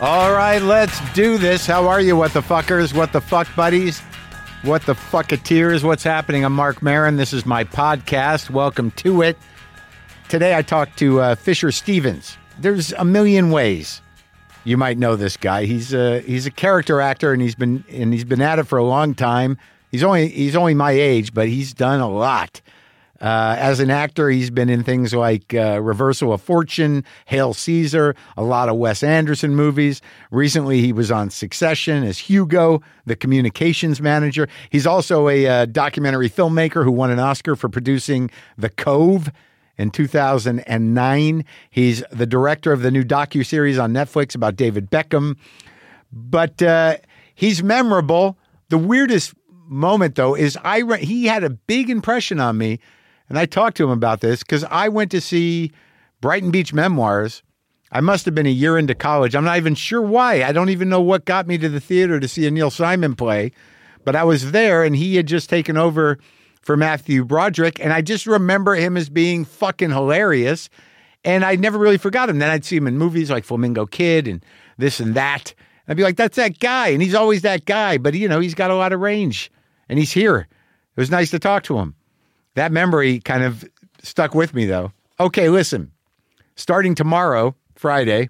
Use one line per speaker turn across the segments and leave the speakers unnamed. All right, let's do this. How are you, what the fuckers? What the fuck buddies? What the fucketeers? What's happening? I'm Mark Marin. This is my podcast. Welcome to it. Today I talked to uh, Fisher Stevens. There's a million ways you might know this guy. He's a he's a character actor, and he's been and he's been at it for a long time. He's only he's only my age, but he's done a lot. Uh, as an actor, he's been in things like uh, Reversal of Fortune, Hail Caesar, a lot of Wes Anderson movies. Recently, he was on Succession as Hugo, the communications manager. He's also a uh, documentary filmmaker who won an Oscar for producing The Cove in 2009. He's the director of the new docu-series on Netflix about David Beckham. But uh, he's memorable. The weirdest moment, though, is I re- he had a big impression on me, and I talked to him about this because I went to see Brighton Beach Memoirs. I must have been a year into college. I'm not even sure why. I don't even know what got me to the theater to see a Neil Simon play, but I was there and he had just taken over for Matthew Broderick. And I just remember him as being fucking hilarious. And I never really forgot him. Then I'd see him in movies like Flamingo Kid and this and that. I'd be like, that's that guy. And he's always that guy. But, you know, he's got a lot of range and he's here. It was nice to talk to him. That memory kind of stuck with me, though. Okay, listen, starting tomorrow, Friday,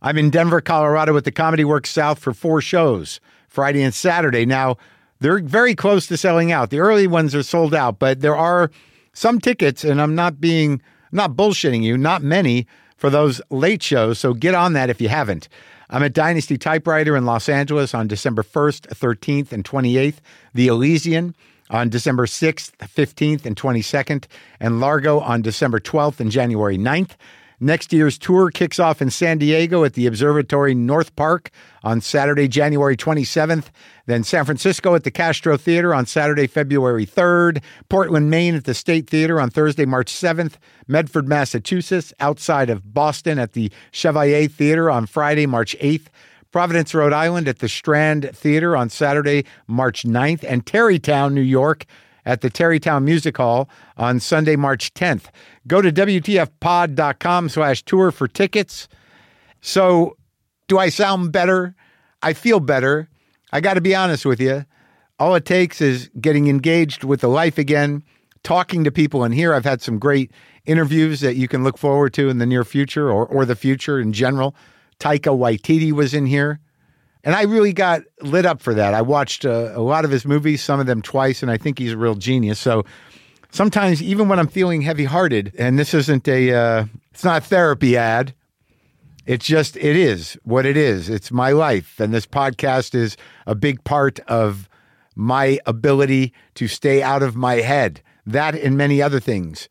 I'm in Denver, Colorado at the Comedy Works South for four shows, Friday and Saturday. Now, they're very close to selling out. The early ones are sold out, but there are some tickets, and I'm not being, not bullshitting you, not many for those late shows. So get on that if you haven't. I'm at Dynasty Typewriter in Los Angeles on December 1st, 13th, and 28th, The Elysian on December 6th, 15th, and 22nd, and Largo on December 12th and January 9th. Next year's tour kicks off in San Diego at the Observatory North Park on Saturday, January 27th, then San Francisco at the Castro Theater on Saturday, February 3rd, Portland, Maine at the State Theater on Thursday, March 7th, Medford, Massachusetts, outside of Boston at the Chevalier Theater on Friday, March 8th, Providence, Rhode Island at the Strand Theater on Saturday, March 9th, and Terrytown, New York at the Terrytown Music Hall on Sunday, March 10th. Go to WTFpod.com slash tour for tickets. So, do I sound better? I feel better. I got to be honest with you. All it takes is getting engaged with the life again, talking to people. And here I've had some great interviews that you can look forward to in the near future or, or the future in general. Taika Waititi was in here. And I really got lit up for that. I watched uh, a lot of his movies, some of them twice, and I think he's a real genius. So sometimes, even when I'm feeling heavy hearted, and this isn't a, uh, it's not a therapy ad, it's just, it is what it is. It's my life. And this podcast is a big part of my ability to stay out of my head. That and many other things.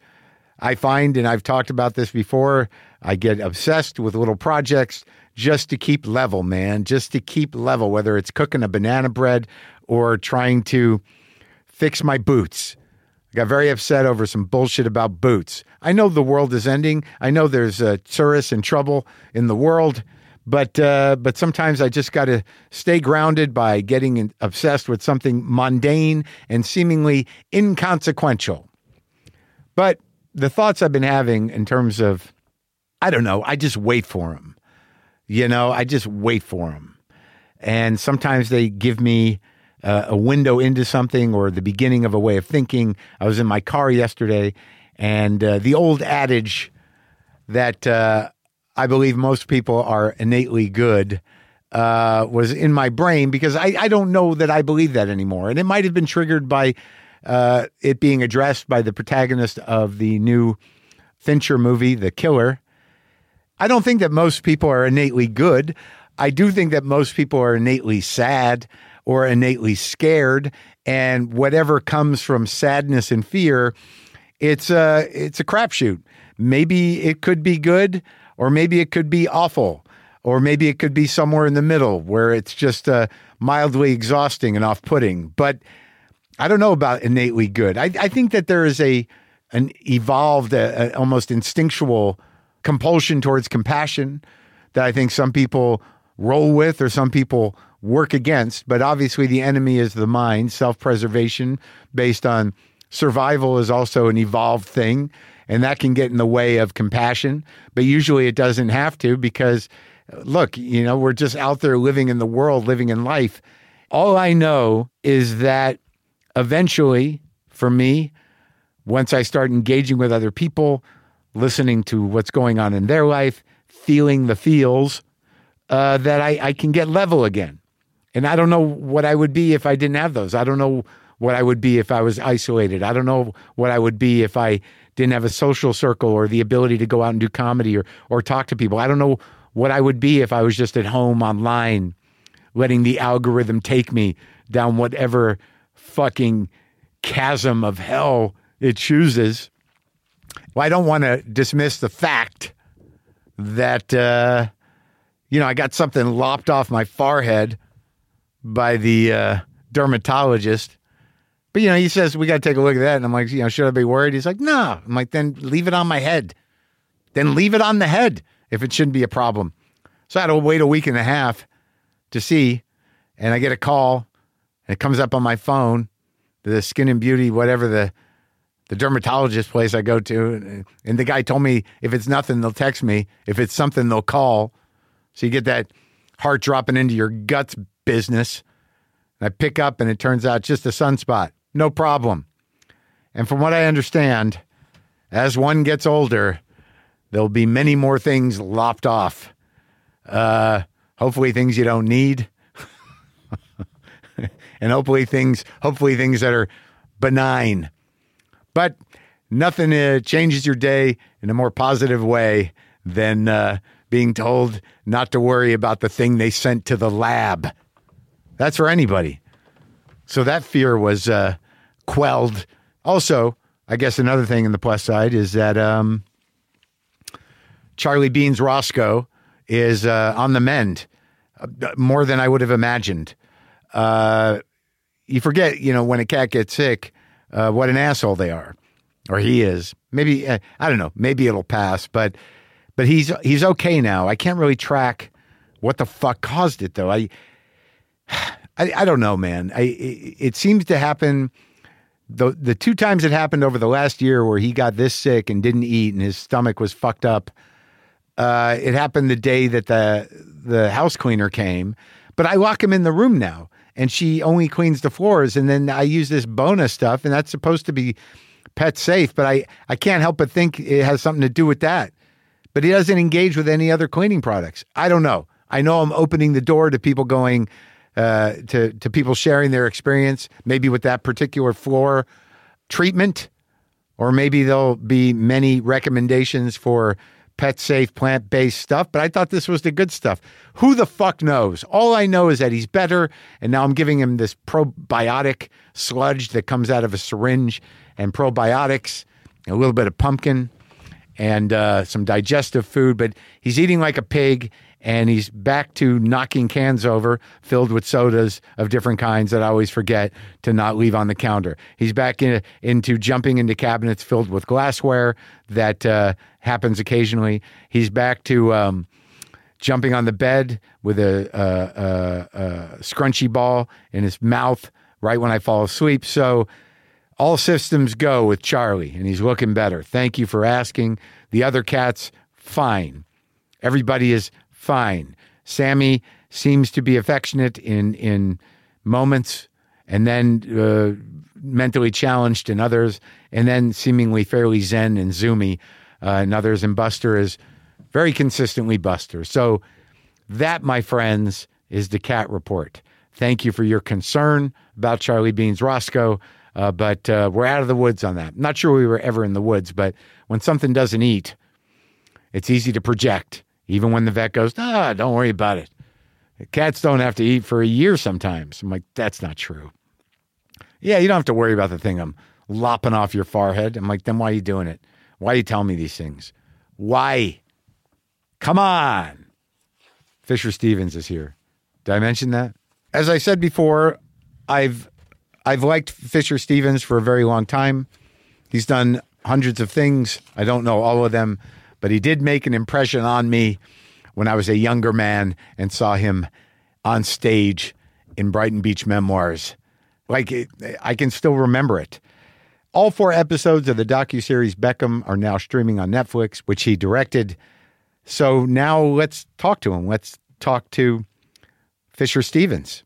I find, and I've talked about this before, I get obsessed with little projects just to keep level, man, just to keep level, whether it's cooking a banana bread or trying to fix my boots. I got very upset over some bullshit about boots. I know the world is ending. I know there's uh, tourists and trouble in the world, but uh, but sometimes I just got to stay grounded by getting in- obsessed with something mundane and seemingly inconsequential. But the thoughts I've been having in terms of, I don't know, I just wait for them. You know, I just wait for them. And sometimes they give me uh, a window into something or the beginning of a way of thinking. I was in my car yesterday, and uh, the old adage that uh, I believe most people are innately good uh, was in my brain because I, I don't know that I believe that anymore. And it might have been triggered by uh, it being addressed by the protagonist of the new Fincher movie, The Killer. I don't think that most people are innately good. I do think that most people are innately sad or innately scared, and whatever comes from sadness and fear, it's a it's a crapshoot. Maybe it could be good, or maybe it could be awful, or maybe it could be somewhere in the middle where it's just uh, mildly exhausting and off-putting. But I don't know about innately good. I, I think that there is a an evolved, uh uh almost instinctual compulsion towards compassion that I think some people roll with or some people work against. But obviously, the enemy is the mind. Self preservation based on survival is also an evolved thing, and that can get in the way of compassion. But usually, it doesn't have to because uh, look, you know, we're just out there living in the world, living in life. All I know is that eventually, for me, once I start engaging with other people, listening to what's going on in their life, feeling the feels, uh, that I, I can get level again. And I don't know what I would be if I didn't have those. I don't know what I would be if I was isolated. I don't know what I would be if I didn't have a social circle or the ability to go out and do comedy or or talk to people. I don't know what I would be if I was just at home online, letting the algorithm take me down whatever fucking chasm of hell it chooses. Well, I don't want to dismiss the fact that uh, you know I got something lopped off my forehead by the uh, dermatologist. But you know, he says we got to take a look at that, and I'm like, you know, should I be worried? He's like, no. I'm like, then leave it on my head. Then leave it on the head if it shouldn't be a problem. So I had to wait a week and a half to see, and I get a call, and it comes up on my phone, the Skin and Beauty, whatever the the dermatologist place I go to, and- and the guy told me if it's nothing, they'll text me. If it's something, they'll call. So you get that heart dropping into your guts business. And I pick up, and it turns out just a sunspot. No problem. And from what I understand, as one gets older, there'll be many more things lopped off. Uh, hopefully, things you don't need, and hopefully things, hopefully things that are benign. But nothing uh, changes your day in a more positive way than uh, being told not to worry about the thing they sent to the lab. That's for anybody. So that fear was uh, quelled. Also, I guess another thing in the plus side is that um, Charlie Bean's Roscoe is uh, on the mend uh, more than I would have imagined. Uh, you forget, you know, when a cat gets sick, uh, what an asshole they are, or he is. Maybe uh, I don't know. Maybe it'll pass, but but he's he's okay now. I can't really track what the fuck caused it though. I I, I don't know, man. I it, it seems to happen. The the two times it happened over the last year where he got this sick and didn't eat and his stomach was fucked up. Uh, it happened the day that the the house cleaner came, but I lock him in the room now, and she only cleans the floors, and then I use this bonus stuff, and that's supposed to be pet safe, but I I can't help but think it has something to do with that but he doesn't engage with any other cleaning products. I don't know. I know I'm opening the door to people going uh, to to people sharing their experience, maybe with that particular floor treatment, or maybe there'll be many recommendations for pet safe, plant based stuff. But I thought this was the good stuff. Who the fuck knows? All I know is that he's better, and now I'm giving him this probiotic sludge that comes out of a syringe and probiotics, a little bit of pumpkin and uh, some digestive food, but he's eating like a pig and he's back to knocking cans over filled with sodas of different kinds that I always forget to not leave on the counter. He's back in, into jumping into cabinets filled with glassware that uh, happens occasionally. He's back to um, jumping on the bed with a, a, a, a scrunchy ball in his mouth right when I fall asleep. So all systems go with Charlie, and he's looking better. Thank you for asking. The other cat's fine. Everybody is fine. Sammy seems to be affectionate in in moments, and then uh, mentally challenged in others, and then seemingly fairly zen and zoomy uh, in others. And Buster is very consistently Buster. So that, my friends, is the cat report. Thank you for your concern about Charlie Bean's Roscoe, uh, but uh, we're out of the woods on that. Not sure we were ever in the woods, but when something doesn't eat, it's easy to project. Even when the vet goes, ah, don't worry about it. Cats don't have to eat for a year sometimes. I'm like, that's not true. Yeah, you don't have to worry about the thing I'm lopping off your forehead. I'm like, then why are you doing it? Why are you telling me these things? Why? Come on. Fisher Stevens is here. Did I mention that? As I said before, I've I've liked Fisher Stevens for a very long time. He's done hundreds of things. I don't know all of them, but he did make an impression on me when I was a younger man and saw him on stage in Brighton Beach Memoirs. Like it, I can still remember it. All four episodes of the docuseries Beckham are now streaming on Netflix, which he directed. So now let's talk to him. Let's talk to Fisher Stevens.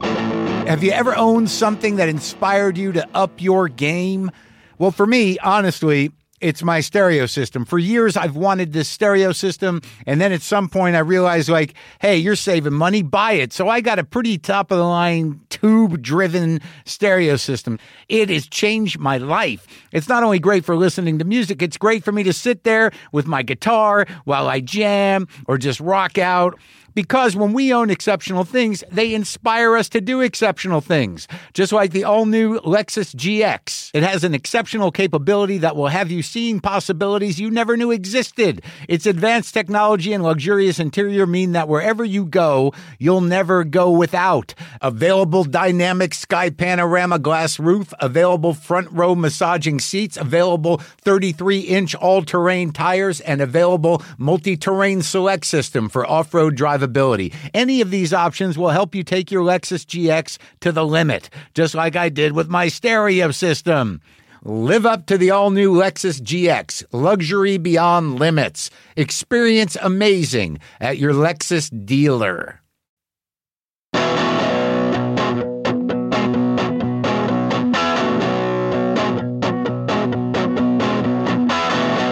Have you ever owned something that inspired you to up your game? Well, for me, honestly, it's my stereo system. For years, I've wanted this stereo system. And then at some point, I realized, like, hey, you're saving money, buy it. So I got a pretty top of the line tube driven stereo system. It has changed my life. It's not only great for listening to music, it's great for me to sit there with my guitar while I jam or just rock out. Because when we own exceptional things, they inspire us to do exceptional things. Just like the all new Lexus GX. It has an exceptional capability that will have you seeing possibilities you never knew existed. Its advanced technology and luxurious interior mean that wherever you go, you'll never go without. Available dynamic sky panorama glass roof, available front row massaging seats, available 33 inch all terrain tires, and available multi terrain select system for off road driving drivability. Any of these options will help you take your Lexus GX to the limit, just like I did with my stereo system. Live up to the all new Lexus GX, luxury beyond limits. Experience amazing at your Lexus dealer.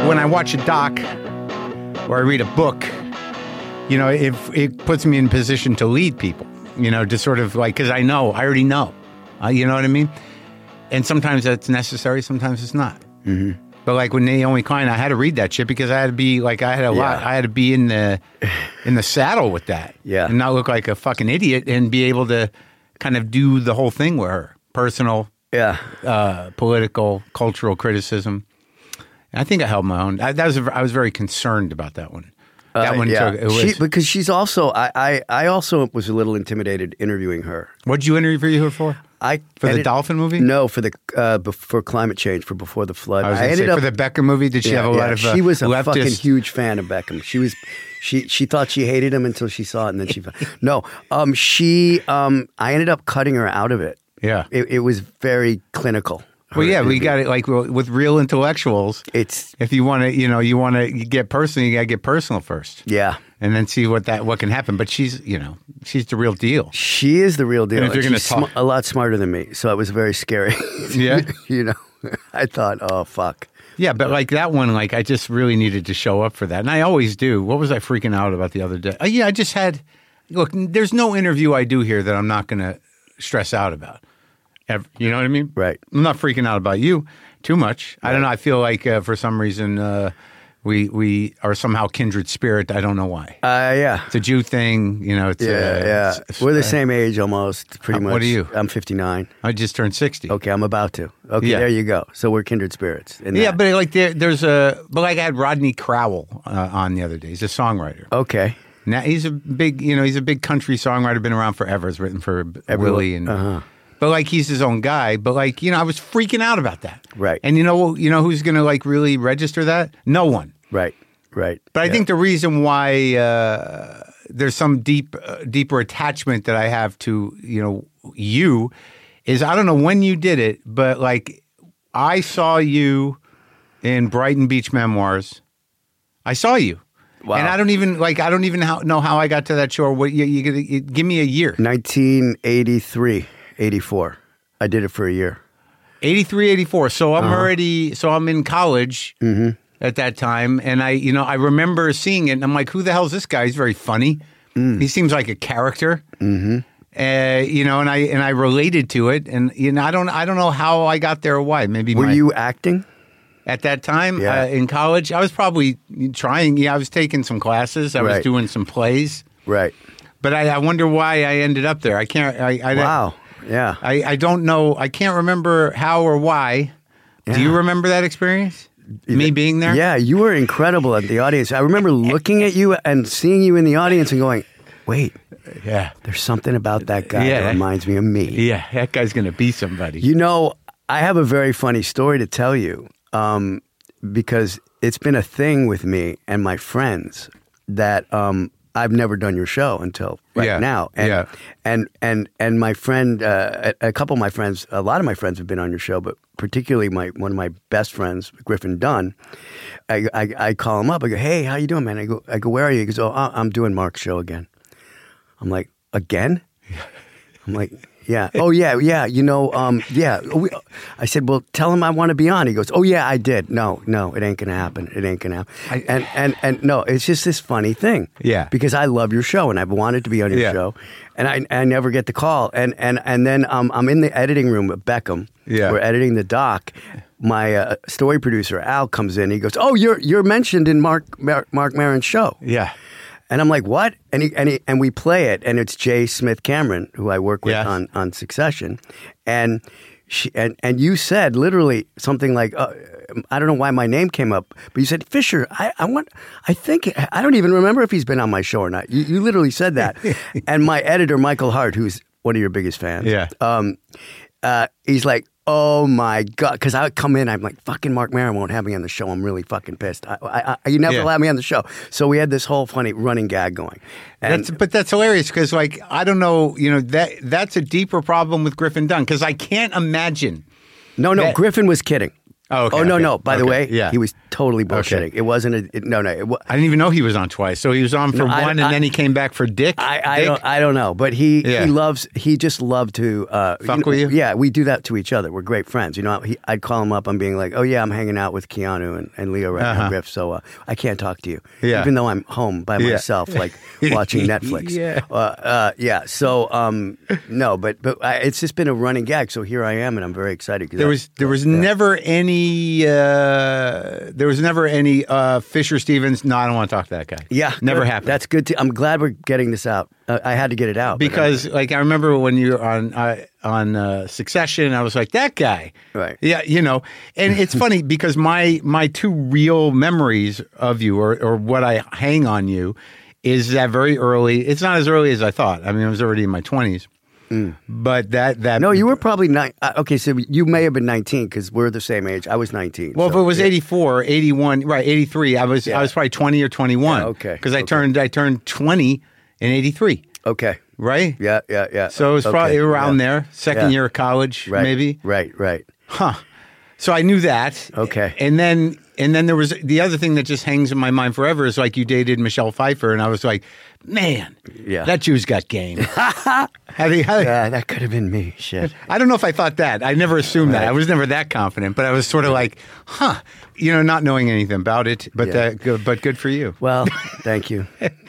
When I watch a doc or I read a book, you know, if it puts me in position to lead people, you know, to sort of like, because I know, I already know, uh, you know what I mean? And sometimes that's necessary, sometimes it's not. Mm-hmm. But like when Naomi Klein, I had to read that shit because I had to be like, I had a lot,
Yeah.
I had to be in the in the saddle with that,
Yeah.
and not look like a fucking idiot, and be able to kind of do the whole thing with her personal,
Yeah.
uh, political, cultural criticism. And I think I held my own. I, that was a- I was very concerned about that one. That
Uh,
one
yeah.
took. It was,
She- because she's also I, I I also was a little intimidated interviewing her.
What'd you interview her for?
I
For the
edit-
dolphin movie?
No, for the uh, bef- for climate change for before the flood.
I was going to say for the Becker movie. Did she
yeah,
have a lot
yeah,
of uh,
she was a
leftist?
fucking huge fan of Beckham. She was she she thought she hated him until she saw it, and then she no. Um, she um, I ended up cutting her out of it.
Yeah.
it, it was very clinical.
well,
her
yeah, we
interview.
got it. Like well, with real intellectuals,
It's
if you want to, you know, you want to get personal, you got to get personal first,
yeah.
and then see what that what can happen. But she's, you know, she's the real deal.
She is the real deal.
And if you're gonna
She's
talk-
a lot smarter than me, so it was very scary.
Yeah.
you know, I thought, oh fuck.
Yeah, but like that one, like I just really needed to show up for that, and I always do. What was I freaking out about the other day? Uh, yeah, I just had. Look, n- there's no interview I do here that I'm not going to stress out about. Ev- You know what I mean?
Right.
I'm not freaking out about you too much. I don't know. I feel like uh, for some reason uh, we we are somehow kindred spirit. I don't know why.
Uh, yeah.
It's a Jew thing, you know. It's, uh,
Yeah,
it's-
yeah. We're the same age almost, pretty
Uh,
much.
what are you?
I'm 59.
I just turned sixty.
Okay, I'm about to. Okay,
Yeah.
there you go. So we're kindred spirits. in
Yeah,
that.
but like there, there's a but like I had Rodney Crowell uh, on the other day. He's a songwriter.
okay.
Now he's a big, you know, he's a big country songwriter. Been around forever. Has written for
Everyone-
Willie and, but like he's his own guy. But like you know, I was freaking out about that.
Right.
And you know, you know who's going to like really register that? No one.
Right, right.
But I
Yeah.
think the reason why uh, there's some deep, uh, deeper attachment that I have to you know you is I don't know when you did it, but like I saw you in Brighton Beach Memoirs. I saw you.
Wow.
And I don't even like I don't even how, know how I got to that show. or What you, you, you give me a year?
1983, 84. I did it for a year.
83, 84. So
Uh-huh.
I'm already so I'm in college
Mm-hmm.
at that time, and I you know I remember seeing it, and I'm like, who the hell's this guy? He's very funny.
Mm.
He seems like a character. Mm-hmm. Uh, you know, and I and I related to it, and you know I don't I don't know how I got there or why. Maybe
Were
my-
you acting?
at that time
Yeah.
uh, in college? I was probably trying. Yeah, I was taking some classes. I was
Right.
doing some plays.
Right.
But I, I wonder why I ended up there. I can't. I, I
Wow. Yeah.
I, I don't know. I can't remember how or why. Do you remember that experience? Me being there?
Yeah, you were incredible at the audience. I remember looking at you and seeing you in the audience and going, wait,
Yeah.
there's something about that guy
Yeah.
that reminds me of me.
Yeah. That guy's going to be somebody.
You know, I have a very funny story to tell you um, because it's been a thing with me and my friends that um, I've never done your show until right
Yeah,
now. And,
yeah.
and and and my friend, uh, a, a couple of my friends, a lot of my friends have been on your show, but particularly my one of my best friends, Griffin Dunn. I, I, I call him up. I go, hey, how you doing, man? I go, I go, where are you? He goes, oh, I- I'm doing Mark's show again. I'm like, again? I'm like, yeah. Oh yeah, yeah. You know, um, yeah. We, I said, well, tell him I want to be on. He goes, oh yeah, I did. No, no, it ain't gonna happen. It ain't gonna happen.
I-
and and and no, it's just this funny thing.
Yeah.
Because I love your show and I've wanted to be on your
Yeah.
show, and I I never get the call. And and and then um, I'm in the editing room at Beckham.
Yeah.
We're editing the doc. My uh, story producer Al comes in. He goes, oh, you're you're mentioned in Mark Mar- Mark Maron's show.
Yeah.
And I'm like, what? And he, and he, and we play it, and it's Jay Smith Cameron, who I work with
Yes.
on on Succession, and she and and you said literally something like, uh, I don't know why my name came up, but you said Fisher. I, I want, I think I don't even remember if he's been on my show or not. You, you literally said that, and my editor Michael Hart, who's one of your biggest fans,
Yeah.
um, uh, he's like, "Oh my god!" Because I would come in, I'm like, "Fucking Mark Maron won't have me on the show. I'm really fucking pissed. I, I, I, you never
Yeah.
allowed me on the show." So we had this whole funny running gag going. And
That's, but that's hilarious because, like, I don't know, you know, that that's a deeper problem with Griffin Dunn because I can't imagine.
no, no,
that-
Griffin was kidding.
Oh, okay,
oh no,
okay,
no. By the
okay,
way,
yeah.
he was totally bullshitting. It wasn't a it, no, no. It, wa-
I didn't even know he was on twice. So he was on for
No, I-
one, and
I-
then he came back for Dick.
I, I
Dick?
don't I don't know, but he
Yeah.
he loves he just loved to uh,
Fuck
know,
with you?
Yeah, we do that to each other. We're great friends. You know, he, I'd call him up. I'm being like, oh yeah, I'm hanging out with Keanu and, and Leo right now, Griff. So uh, I can't talk to you,
Uh-huh. Yeah.
even though I'm home by
Yeah.
myself, like watching Netflix.
Yeah.
uh, uh, yeah. So um, no, but but I, it's just been a running gag. So here I am, and I'm very excited. 'cause
There
I-
was there was never any uh, there was never any uh, Fisher Stevens. No, I don't want to talk to that guy.
yeah,
never
good.
happened.
That's good. To, I'm glad we're getting this out. Uh, I had to get it out but I-
because like I remember when you were on uh, on uh, Succession, I was like that guy,
Right.
Yeah, you know. And it's funny because my my two real memories of you, or or what I hang on you, is that very early. It's not as early as I thought. I mean, I was already in my twenties, but that that
Mm. No, you were probably nine. Uh, okay, so you may have been 19 because we're the same age. I was 19.
Well,
so,
if it was
yeah.
84, 81, right, 83, I was I was probably 20 or 21.
Yeah, okay,
Cuz I
okay.
turned I turned 20 in 83,
Okay.
right?
Yeah, yeah, yeah.
So it was probably
Okay,
around
yeah.
there, second
Yeah.
year of college
Right,
maybe.
Right, right.
Huh. So I knew that.
Okay.
And then and then there was the other thing that just hangs in my mind forever is like you dated Michelle Pfeiffer and I was like, "Man,
Yeah.
that Jew's got game." How do you- how do you-
Yeah, that could have been me. Shit.
I don't know if I thought that. I never assumed that. I was never that confident, but I was sort of like, huh, you know, not knowing anything about it, but
Yeah.
that, good- but good for you.
Well, thank you.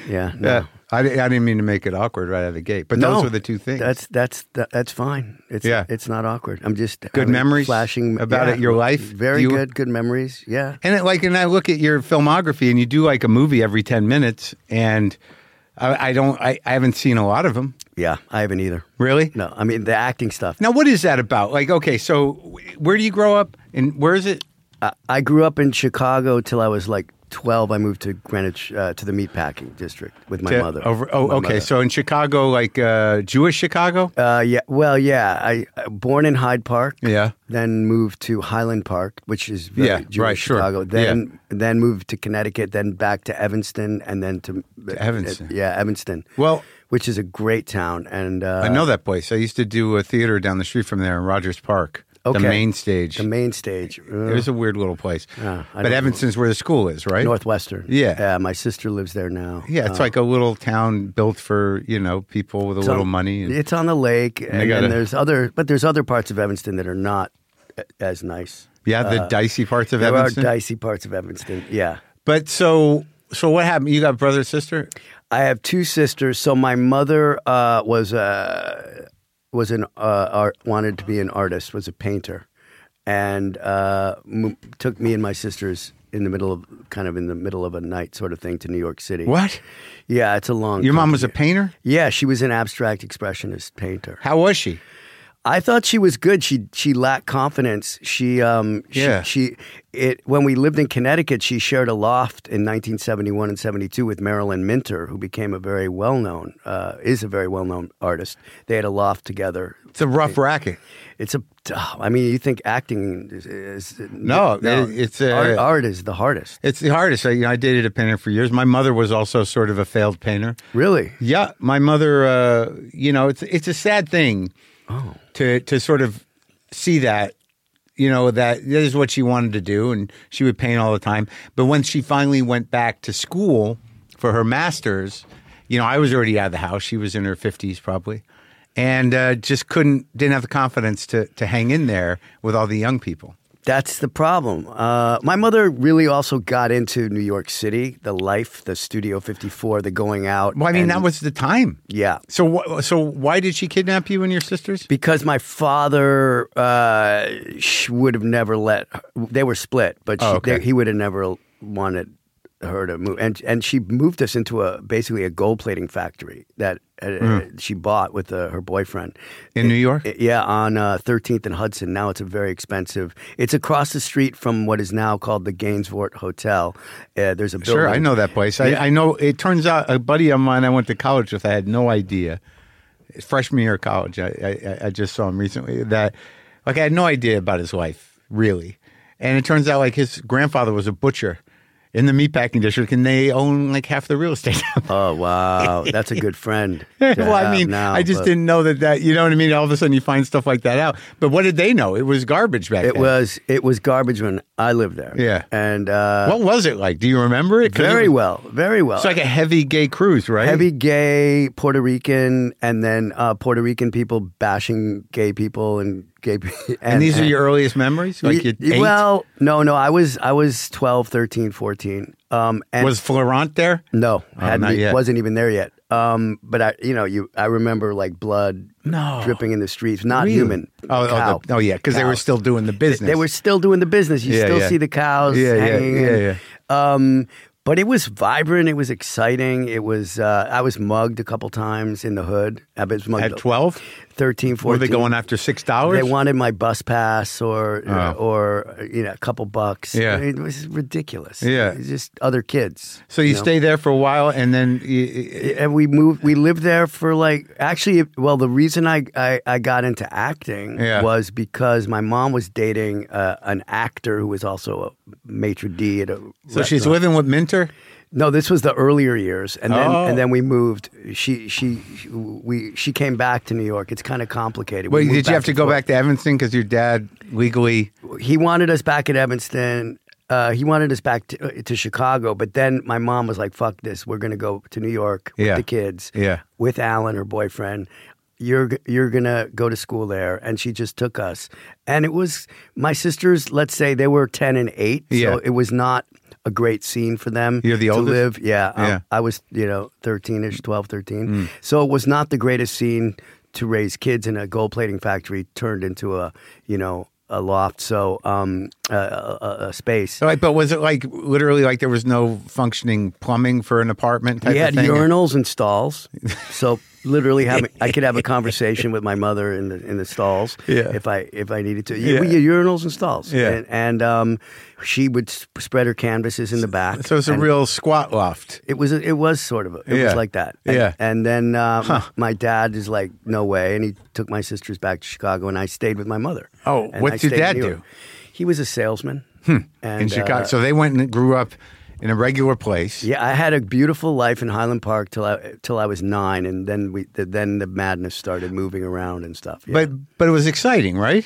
Yeah. No.
Yeah. I, di- I didn't mean to make it awkward right out of the gate, but
No,
those were the two things.
That's that's that, that's fine. It's
Yeah.
it's not awkward. I'm just
Good
having
memories
flashing
about it, your life? Do
Very
you-
good, good memories. Yeah.
and it, like, and I look at your filmography, and you do like a movie every ten minutes, and I, I don't, I, I haven't seen a lot of them,
Yeah. I haven't either.
really.
No, I mean the acting stuff.
Now, what is that about? Like, okay, so wh- where do you grow up, and where is it?
I- I grew up in Chicago till I was like 12. I moved to Greenwich uh, to the meatpacking district with my
To-
mother.
Over, oh,
My
okay.
mother.
So in Chicago, like uh, Jewish Chicago.
Uh, yeah. Well, yeah. I uh, born in Hyde Park.
Yeah.
Then moved to Highland Park, which is very
Yeah,
Jewish
right, sure.
Chicago.
Yeah.
Then then moved to Connecticut. Then back to Evanston, and then to, uh,
To Evanston.
yeah, Evanston.
Well-
which is a great town, and uh,
I know that place. I used to do a theater down the street from there in Rogers Park.
Okay.
The main stage.
the main stage.
it was a weird little place.
Yeah,
but
I don't
Evanston's where the school is, right?
uh, Northwestern.
Yeah.
yeah. My sister lives there now.
Yeah, it's like a little town built for, you know, people with a
It's
little
on-
money. And,
It's on the lake, and,
they
then
gotta-
there's other, but there's other parts of Evanston that are not a- as nice.
yeah, the dicey parts of
uh, There
Evanston.
are dicey parts of Evanston. Yeah,
but so so what happened? You got brother sister?
I have two sisters. So my mother uh, was uh, was an uh, art, wanted to be an artist, was a painter, and uh, m- took me and my sisters in the middle of kind of in the middle of a night sort of thing to New York City.
What?
Yeah, it's a long.
Your mom was a painter?
Yeah, she was an abstract expressionist painter.
How was she?
I thought she was good. She she lacked confidence. She um she,
Yeah.
she it when we lived in Connecticut, she shared a loft in 1971 and 72 with Marilyn Minter, who became a very well known uh, is a very well known artist. They had a loft together
It's a rough racket.
It's a. oh, I mean, you think acting is, is
No, it- it's a-
art, art is the hardest.
It's the hardest. I, you know, I dated a painter for years. My mother was also sort of a failed painter.
Really?
Yeah, my mother. Uh, you know, it's it's a sad thing to to sort of see that. You know that that is what she wanted to do, and she would paint all the time. But when she finally went back to school for her master's, you know, I was already out of the house. She was in her fifties probably, and uh, just couldn't didn't have the confidence to to hang in there with all the young people.
That's the problem. Uh, my mother really also got into New York City, the life, the Studio 54, the going out.
Well, I mean,
and-
that was the time.
Yeah.
So, wh- so why did she kidnap you and your sisters?
Because my father uh, sh- would have never let they were split, but she,
Oh, okay.
they- he would have never wanted her to move, and and she moved us into a basically a gold plating factory that uh,
Hmm.
she bought with uh, her boyfriend
In New York?
Uh, Yeah, on uh, 13th and Hudson. Now it's a very expensive. It's across the street from what is now called the Gainsvort Hotel. Uh, there's a building.
Sure, I know that place. I, I know. It turns out a buddy of mine I went to college with. I had no idea. Freshman year of college, I, I, I- I just saw him recently. That like I had no idea about his wife really, and it turns out like his grandfather was a butcher in the meatpacking district, and they own like half the real estate.
Oh wow, that's a good friend. to
well, I
have
mean,
now,
I just
but-
didn't know that. That you know what I mean. All of a sudden, you find stuff like that out. But what did they know? It was garbage back
It
then.
was it was garbage when I lived there.
Yeah.
and uh,
What was it like? Do you remember it? 'Cause it
very
was-
well, very well.
It's like a heavy gay cruise, right?
heavy gay Puerto Rican, and then uh, Puerto Rican people bashing gay people and gay. pe- And,
And these are your earliest memories? Like you
Y-
ate?
well, no, no. I was I was 12, 13, 14. Um, and
was Florent there?
no, hadn't
not
e-
yet.
wasn't even there yet. Um, but I, you know, you I remember like blood
No.
dripping in the streets, not
Really?
human.
Oh, oh,
cow.
the- oh, yeah, because they were
Cow.
still doing the business.
They were still doing the business. You
Yeah,
still
yeah.
see the cows
Yeah, yeah,
hanging.
yeah,
and- Um, but it was vibrant. It was exciting. It was. Uh, I was mugged a couple times in the hood. I was mugged
at twelve.
13, 14.
Were they going after six dollars?
They wanted my bus pass or uh,
Oh.
or you know a couple bucks.
Yeah.
it was ridiculous.
Yeah.
It was just other kids.
So you
know?
stay there for a while, and then you,
and we moved we lived there for like actually well the reason i i, I got into acting
Yeah.
was because my mom was dating uh, an actor who was also a maitre d at a
so she's
restaurant.
living with Minter.
no this was the earlier years and then
Oh.
and then we moved she she we she came back to new york it's kind of complicated We
Wait,
moved
did you have to
and
go
forth.
back to Evanston because your dad legally?
he wanted us back at Evanston. Uh, he wanted us back to, to Chicago, but then my mom was like, "Fuck this! We're gonna go to New York with
Yeah.
the kids,
Yeah.
with Alan, her boyfriend. You're g- you're gonna go to school there." And she just took us, and it was my sisters. Let's say they were ten and eight,
Yeah.
so it was not a great scene for them
You're the
to
oldest?
live. Yeah, um,
Yeah. Mm.
I was you know thirteen ish, 12, 13. so it was not the greatest scene to raise kids in a gold plating factory turned into a you know a loft, so um a, a, a- a space.
So, like, but was it like literally like there was no functioning plumbing for an apartment? Type
We
of
had
thing?
urinals and stalls, so literally having I could have a conversation with my mother in the in the stalls
Yeah.
if I if I needed to. Yeah.
Yeah.
We had urinals and stalls,
Yeah.
and, and um, she would s- spread her canvases in the back.
So it's a
and
real squat loft.
It was it was sort of it
Yeah.
was like that. And,
Yeah.
And then uh, my dad is like, no way, and he took my sisters back to Chicago, and I stayed with my mother.
Oh,
And
what
I
did
stayed in
Dad
New
do? Hmm.
York. He was a salesman and,
in Chicago.
uh,
so they went and grew up in a regular place.
yeah, I had a beautiful life in Highland Park till I till I was nine, and then we th then the madness started moving around and stuff. yeah.
But but it was exciting, right?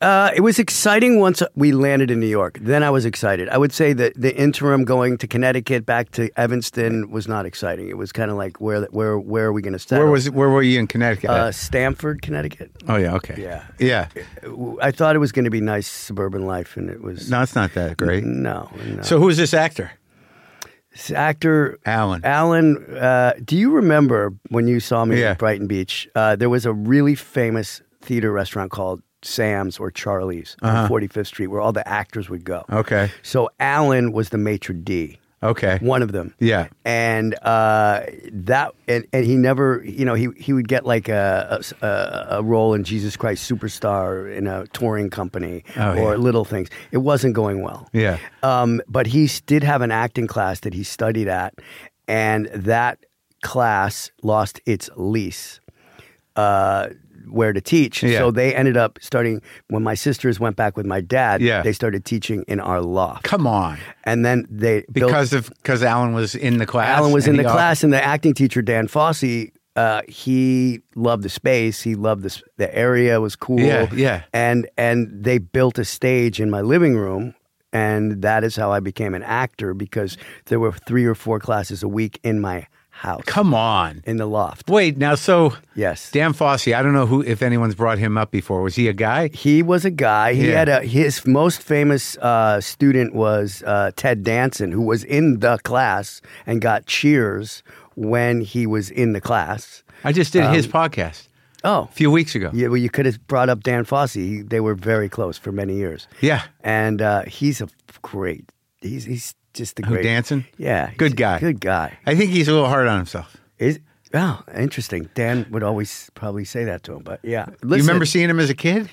Uh, it was exciting once we landed in New York. Then I was excited. I would say that the interim going to Connecticut back to Evanston was not exciting. It was kind of like where where where are we going to start?
Where was where were you in Connecticut?
uh, Stamford, Connecticut?
oh yeah, okay.
yeah.
Yeah.
I thought it was going to be nice suburban life, and it was
No, it's not that great.
No, no.
So who is this actor?
This actor
Alan.
Alan, uh, do you remember when you saw me
Yeah.
at Brighton Beach? Uh, there was a really famous theater restaurant called Sam's or Charlie's on 45th Street where all the actors would go.
Uh-huh. Okay.
So Alan was the maitre d,
Okay.
one of them.
Yeah.
And uh, that, and, and he never, you know, he, he would get like a, a, a role in Jesus Christ Superstar in a touring company
Oh,
or
yeah.
little things. It wasn't going well.
Yeah.
Um, but he s- did have an acting class that he studied at, and that class lost its lease. Uh, where to teach.
Yeah.
So they ended up starting when my sisters went back with my dad.
Yeah.
they started teaching in our loft,
Come on,
and then they built-
because of because Alan was in the class.
Alan was
and
in the
he-
class, and the acting teacher Dan Fossey. Uh, he loved the space. He loved the s- the area was cool.
Yeah, yeah.
And and they built a stage in my living room, and that is how I became an actor because there were three or four classes a week in my house
Come on.
in the loft.
Wait now, so
Yes,
Dan Fossey. I don't know who if anyone's brought him up before. Was he a guy?
he was a guy. He
Yeah.
had a his most famous uh, student was uh, Ted Danson, who was in the class and got cheers when he was in the class.
I just did his podcast
Oh,
a few weeks ago.
Um, Yeah, well, you could have brought up Dan Fossey. They were very close for many years.
Yeah.
And uh, he's a f- great. He's he's just a
Who
great
dancing?
Yeah, he's
Good
a
guy.
Good guy.
I think he's a little hard on himself.
Is oh interesting. Dan would always probably say that to him, but yeah.
you
Listen,
remember seeing him as a kid?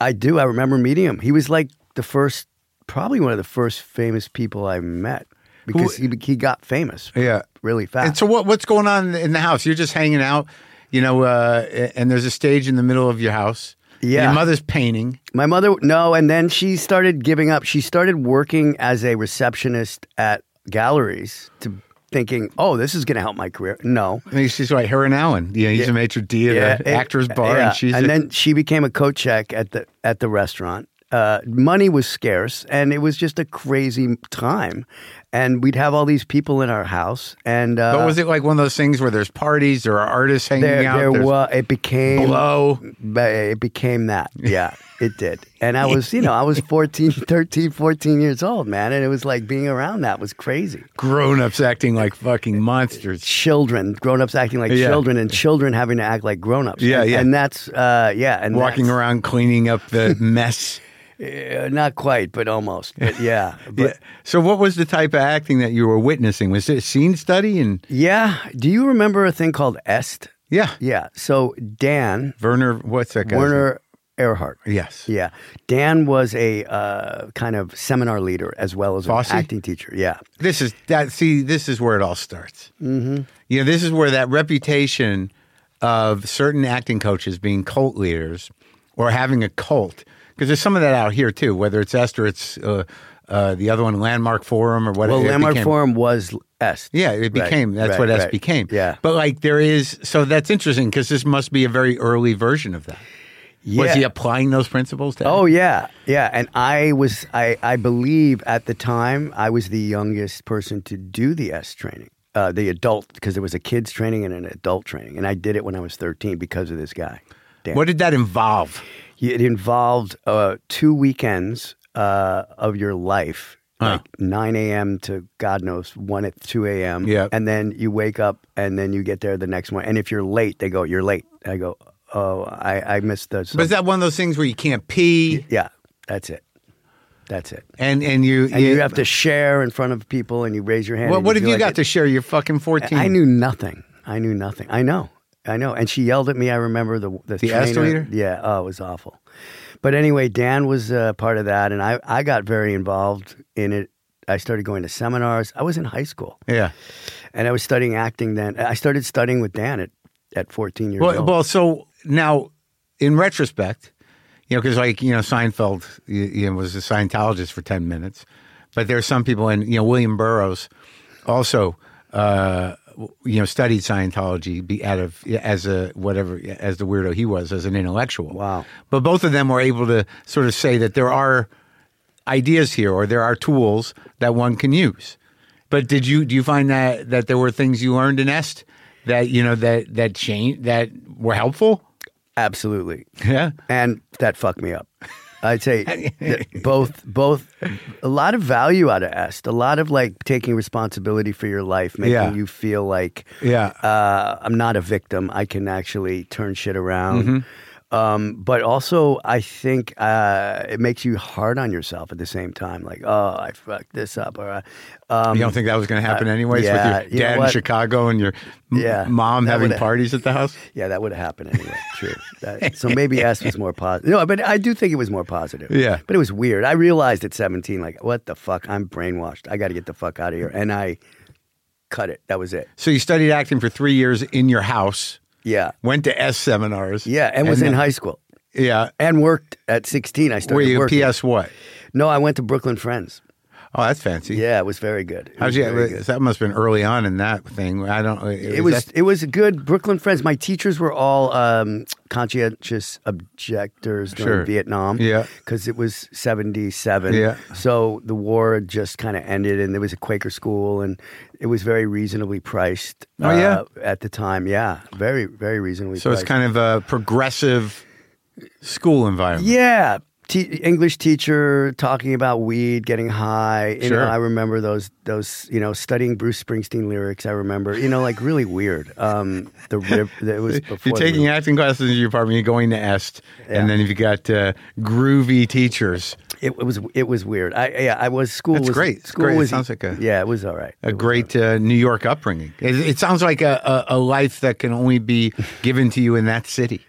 I do. I remember meeting him. He was like the first, probably one of the first famous people I met because he he got famous.
Yeah.
really fast.
And so what what's going on in the house? You're just hanging out, you know, uh, and there's a stage in the middle of your house.
Yeah.
Your mother's painting.
My mother, no, and then she started giving up. She started working as a receptionist at galleries to thinking, oh, this is going to help my career. No.
I mean, she's like her and Alan. Yeah, he's a maitre d at an
it-
actor's bar,
yeah,
and she's a-
then she became a coat check at the at the restaurant. Uh, money was scarce, and it was just a crazy time. And we'd have all these people in our house, and uh,
But was it like one of those things where there's parties, there are artists hanging
there,
out,
there
there's
was it became
blow?
but it became that yeah it did and i was you know i was 14 13 14 years old man and it was like being around that was crazy
grown ups acting like fucking monsters.
children grown-ups acting like
Yeah.
children and children having to act like grown-ups
Yeah,
and,
yeah.
and that's uh yeah and
Walking around cleaning up the mess.
around Uh, not quite but almost but yeah
Yeah.
but
So, what was the type of acting that you were witnessing? Was it scene study and
yeah. do you remember a thing called est
yeah,
yeah so dan
Werner? What's that guy?
werner earhart
Yes.
Yeah, Dan was a uh, kind of seminar leader as well as an
Fosse?
acting teacher. Yeah,
This is that. See, this is where it all starts. Mm-hmm. You know, this is where that reputation of certain acting coaches being cult leaders or having a cult, because there's some of that out here too. Whether it's Esther, it's uh, uh, the other one, Landmark Forum, or whatever.
Well,
it
Landmark
became.
Forum was S.
Yeah, it became. that's
right,
what S
right.
became.
Yeah.
But like there is, so that's interesting because this must be a very early version of that. Was
Yeah.
he applying those principles to?
Oh yeah, yeah. And I was, I, I believe at the time I was the youngest person to do the S training, uh, the adult, because there was a kids training and an adult training, and I did it when I was thirteen because of this guy. Dan.
What did that involve?
It involved uh, two weekends uh, of your life, like 9 a.m. to God knows 1 at 2 a.m.
Yeah.
And then you wake up and then you get there the next morning. And if you're late, they go, You're late. I go, Oh, I, I missed the.
Was that one of those things where you can't pee
yeah, that's it. That's it.
and and you
And you have to share in front of people and you raise your hand.
What,
and
what have
feel
you
like
got
it-
to share? You're fucking 14.
I knew nothing. I knew nothing. I know. I know. And she yelled at me. I remember the the,
The
trainer.
ass leader?
Yeah. Oh, it was awful. But anyway, Dan was uh, part of that, and I I got very involved in it. I started going to seminars. I was in high school,
Yeah.
and I was studying acting then. I started studying with Dan at, at 14 years
Well,
old.
well, so now in retrospect, you know, because like, you know, Seinfeld you, you know, was a Scientologist for 10 minutes, but there are some people, and, you know, William Burroughs also, uh, w- you know, studied Scientology be out of as a whatever as the weirdo he was as an intellectual.
Wow.
But both of them were able to sort of say that there are ideas here or there are tools that one can use. But did you do you find that that there were things you learned in Est that you know that that change that were helpful?
Absolutely.
Yeah.
and that fucked me up. I'd say that both, both, a lot of value out of Est, a lot of like taking responsibility for your life, making
Yeah.
you feel like,
Yeah.
uh, I'm not a victim. I can actually turn shit around.
Mm-hmm.
Um, but also, I think uh, it makes you hard on yourself at the same time. Like, oh, I fucked this up, or uh, um,
You don't think that was going to happen anyways
Uh, yeah,
with
you
your
know
dad in
what?
Chicago and your m-
Yeah,
mom
that
having
would've-
parties at the house?
yeah, that would have happened anyway. True. That- so maybe S was more positive. No, but I do think it was more positive.
Yeah.
But it was weird. I realized at 17, like, what the fuck? I'm brainwashed. I got to get the fuck out of here. And I cut it. That was it.
So you studied acting for 3 years in your house
Yeah.
Went to S seminars.
Yeah, and was in high school
high. Yeah.
and worked at 16. I started
Were you
working.
PS what?
No, I went to Brooklyn Friends.
Oh, that's fancy.
Yeah, it was very good. It
How's
was
you,
very good.
that must have been early on in that thing. I don't.
It was it was a good Brooklyn Friends. My teachers were all um, conscientious objectors during
Sure.
Vietnam.
Yeah.
because it was seventy seven.
Yeah.
so the war had just kind of ended, and there was a Quaker school, and it was very reasonably priced. uh,
Oh, yeah?
at the time, yeah, very very reasonably.
So it's
priced.
kind of a progressive school environment.
Yeah. Te- English teacher talking about weed, getting high. You
Sure.
know, I remember those those you know studying Bruce Springsteen lyrics. I remember you know like really weird. Um, the rib that was before
You're
the
taking
river.
acting classes in your apartment. You're going to Est,
Yeah.
and then you've got uh, groovy teachers.
it, it was it was weird. I yeah I was school
That's
was
great. It's
School
great. It
was
sounds like a-
yeah it was all right.
A great uh, New York upbringing. It, it sounds like a, a, a life that can only be given to you in that city.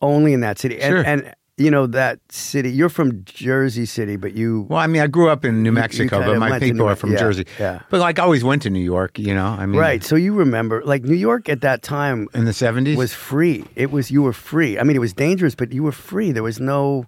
Only in that city and,
Sure.
and you know that city. You're from Jersey City, but you
Well, I mean, I grew up in New Mexico,
kinda
but my
went to
people
New-
are from
yeah,
Jersey.
yeah.
But like, I always went to New York. You know, I mean,
right. So you remember like New York at that time
in the seventies.
was free. It was you were free. I mean, it was dangerous, but you were free. There was no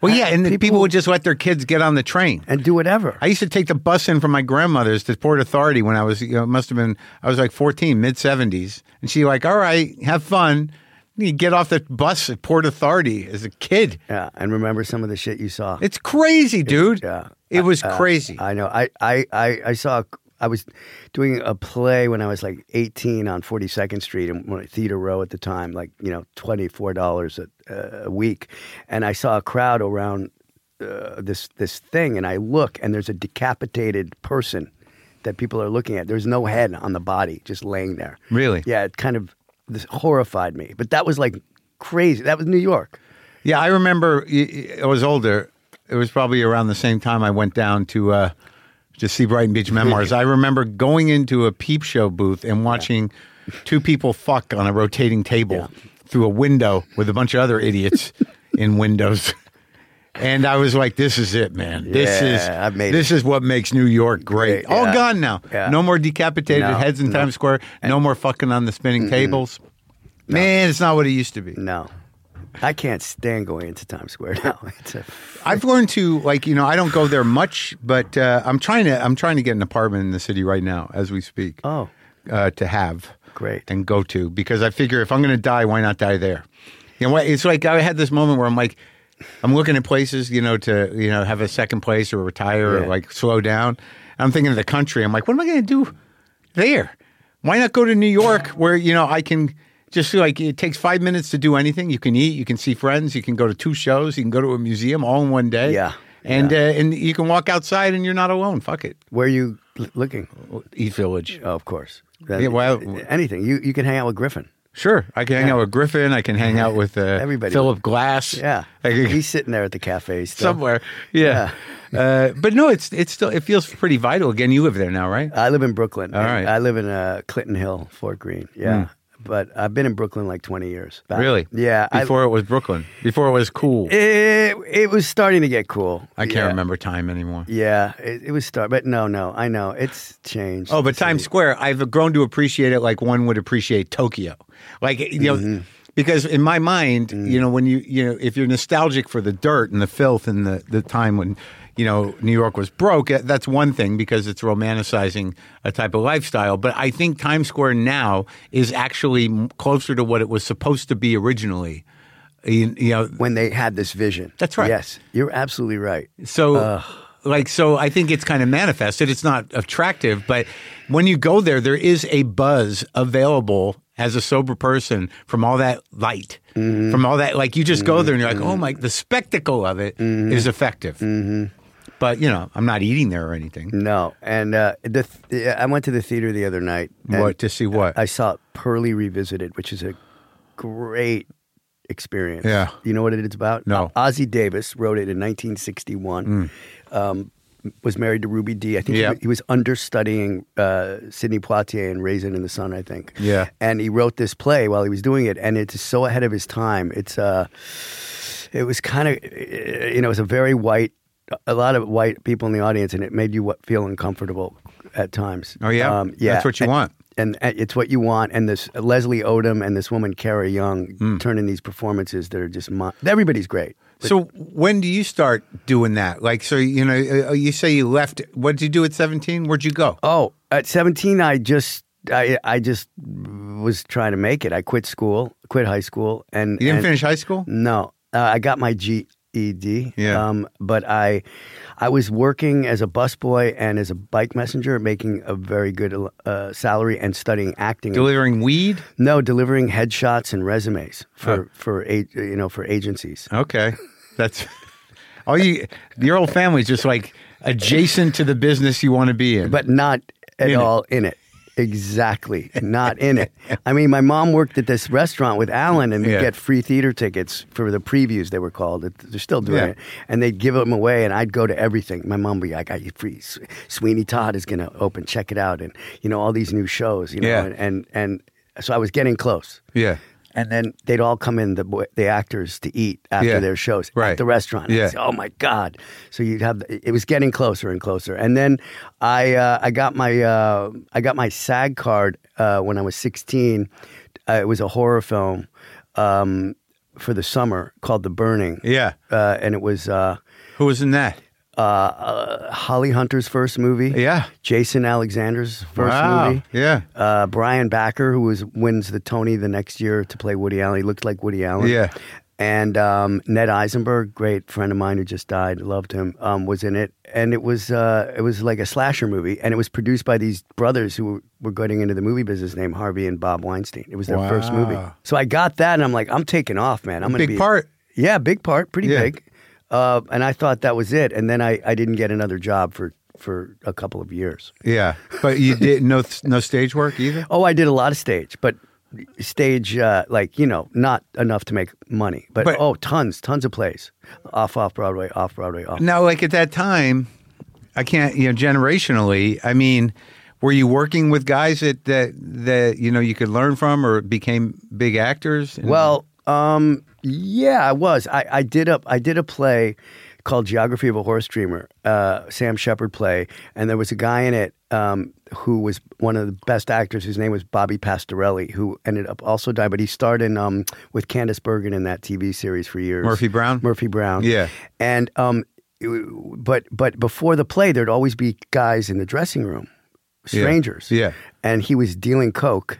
Well, yeah, and the people,
people-
would just let their kids get on the train.
and do whatever.
I used to take the bus in from my grandmother's to Port Authority when I was, you know, it must have been, I was like 14, mid 70s. And she like, all right, have fun. You get off the bus at Port Authority as a kid.
yeah, and remember some of the shit you saw.
It's crazy, dude.
yeah. Uh,
It was crazy.
I know. I I I, I saw. I was doing a play when I was like 18 on 42nd Street in one of Theater Row at the time, like, you know, $24 a, uh, a week. And I saw a crowd around uh, this this thing, and I look, and there's a decapitated person that people are looking at. There's no head on the body, just laying there.
Really?
Yeah, it kind of this horrified me. But that was like crazy. That was New York.
Yeah, I remember y- y- I was older. It was probably around the same time I went down to uh, to see Brighton Beach Memoirs. I remember going into a peep show booth and watching two people fuck on a rotating table through a window with a bunch of other idiots in windows. And I was like, "This is it, man. This
Yeah,
is
I've made
this is what makes New York great.
Great,
All
yeah.
gone now.
Yeah.
No more decapitated
No,
heads in
no.
Times Square. No more fucking on the spinning tables. Man, it's not what it used to be.
No. I can't stand going into Times Square now. It's a
I've learned to like you know I don't go there much, but uh, I'm trying to I'm trying to get an apartment in the city right now as we speak.
Oh.
uh, to have
Great.
and go to because I figure if I'm going to die, why not die there? You know, what- it's like I had this moment where I'm like, I'm looking at places, you know, to you know have a second place or retire or
Yeah.
like slow down. I'm thinking of the country. I'm like, what am I going to do there? Why not go to New York where you know I can just feel like it takes five minutes to do anything. You can eat, you can see friends, you can go to two shows, you can go to a museum all in one day.
Yeah.
And, Uh, and you can walk outside and you're not alone. Fuck it.
Where are you l- looking?
Eat Village.
Oh, of course.
Yeah, well-
anything. You you can hang out with Griffin.
Sure, I can hang out with Griffin. I can hang out with uh,
Everybody.
Philip Glass.
Yeah,
I can-
he's sitting there at the cafe still.
somewhere. Yeah, Uh, but no, it's it's still it feels pretty vital. Again, you live there now, right?
I live in Brooklyn.
All right. Hmm.
I live in uh, Clinton Hill, Fort Greene. Yeah, but I've been in Brooklyn like twenty years. back.
Really?
Yeah. I-
Before it was Brooklyn. Before it was cool.
it, it was starting to get cool.
I can't
Yeah.
remember time anymore.
Yeah, it, it was start, but no, no, I know it's changed.
Oh, but Times Square, I've grown to appreciate it like one would appreciate Tokyo. Like you know, because in my mind, you know, when you you know, if you're nostalgic for the dirt and the filth and the the time when you know New York was broke, eh, that's one thing because it's romanticizing a type of lifestyle. But I think Times Square now is actually m- closer to what it was supposed to be originally. You, you know,
when they had this vision.
That's right.
Yes, you're absolutely right.
so, like, so I think it's kind of manifested. It's not attractive, but when you go there, there is a buzz available as a sober person from all that light,
Mm-hmm.
from all that. Like, you just go there and you're like, oh my, the spectacle of it is
Mm-hmm.
effective. But you know, I'm not eating there or anything.
No, and uh, the th- I went to the theater the other night. and
What to see what?
Mm-hmm. I saw Pearly Revisited, which is a great experience.
Yeah.
you know what it's about?
No. Mm.
Ozzie Davis wrote it in 1961. Um, was married to Ruby Dee. I think
Yeah.
he, he was understudying uh, Sidney Poitier in Raisin in the Sun. I think.
Yeah.
And he wrote this play while he was doing it, and it's so ahead of his time. It's uh, it was kind of you know it was a very white a lot of white people in the audience and it made you wa- feel uncomfortable at times
oh yeah,
um, yeah
That's what you want.
and uh, it's what you want. And this Leslie Odom and this woman Carrie Young
Hmm.
turn in these performances that are just mon- everybody's great.
So when do you start doing that? Like, so you know, uh, you say you left. What did you do at seventeen? Where'd you go?
Oh, at 17, I just I I just was trying to make it. I quit school, quit high school, and
You didn't
and-
finish high school.
No, uh, I got my GED.
Yeah.
Um, but I, I was working as a busboy and as a bike messenger, making a very good uh, salary and studying acting.
Delivering weed.
no, delivering headshots and resumes for
Oh.
for a- you know for agencies.
Okay, that's. Oh, you, your whole family's just like adjacent to the business you want to be in.
but not at
In it.
all in it. Exactly, not in it. I mean, my mom worked at this restaurant with Alan, and
Yeah.
we'd get free theater tickets for the previews. They were called. It- They're still doing
Yeah.
it, and they'd give them away, and I'd go to everything. My mom would be like, "I you free. S- Sweeney Todd is going to open. Check it out, and you know all these new shows. You know,
Yeah.
and, and and so I was getting close.
yeah,
And then they'd all come in the boy, the actors to eat after
Yeah.
their shows
Right.
at the restaurant. I'd
Yeah.
say, oh my god! So you'd have it was getting closer and closer. And then I uh, I got my uh, I got my SAG card uh, when I was sixteen. Uh, it was a horror film um, for the summer called The Burning.
yeah.
Uh, and it was uh,
Who was in that?
uh, uh, Holly Hunter's first movie.
Yeah.
Jason Alexander's first
wow.
movie
Yeah.
uh, Brian Backer, who was wins the Tony the next year to play Woody Allen. He looked like Woody Allen.
Yeah.
And um, Ned Eisenberg, great friend of mine who just died, loved him, um, was in it, and it was uh, it was like a slasher movie, and it was produced by these brothers who were, were getting into the movie business, named Harvey and Bob Weinstein. It was their first movie,
Wow.
so I got that, and I'm like, I'm taking off, man. I'm gonna
Big
be-
part.
yeah, big part, pretty
Yeah.
big. Uh, and I thought that was it, and then I, I didn't get another job for for a couple of years.
Yeah, but you did no no stage work either.
Oh, I did a lot of stage, but stage uh, like you know not enough to make money, but,
But-
oh, tons, tons of plays, off, off Broadway, off Broadway, off.
Now, like at that time, I can't. You know, generationally, I mean, were you working with guys that that that you know you could learn from or became big actors? And-
Well, um, yeah, I was. I, I did a I did a play called Geography of a Horse Dreamer, uh, Sam Shepard play, and there was a guy in it um, who was one of the best actors. His name was Bobby Pastorelli, who ended up also died, but he starred in um, with Candace Bergen in that TV series for years.
Murphy Brown?
Murphy Brown.
Yeah.
and um, it- but but before the play, there'd always be guys in the dressing room, strangers
Yeah.
and he was dealing coke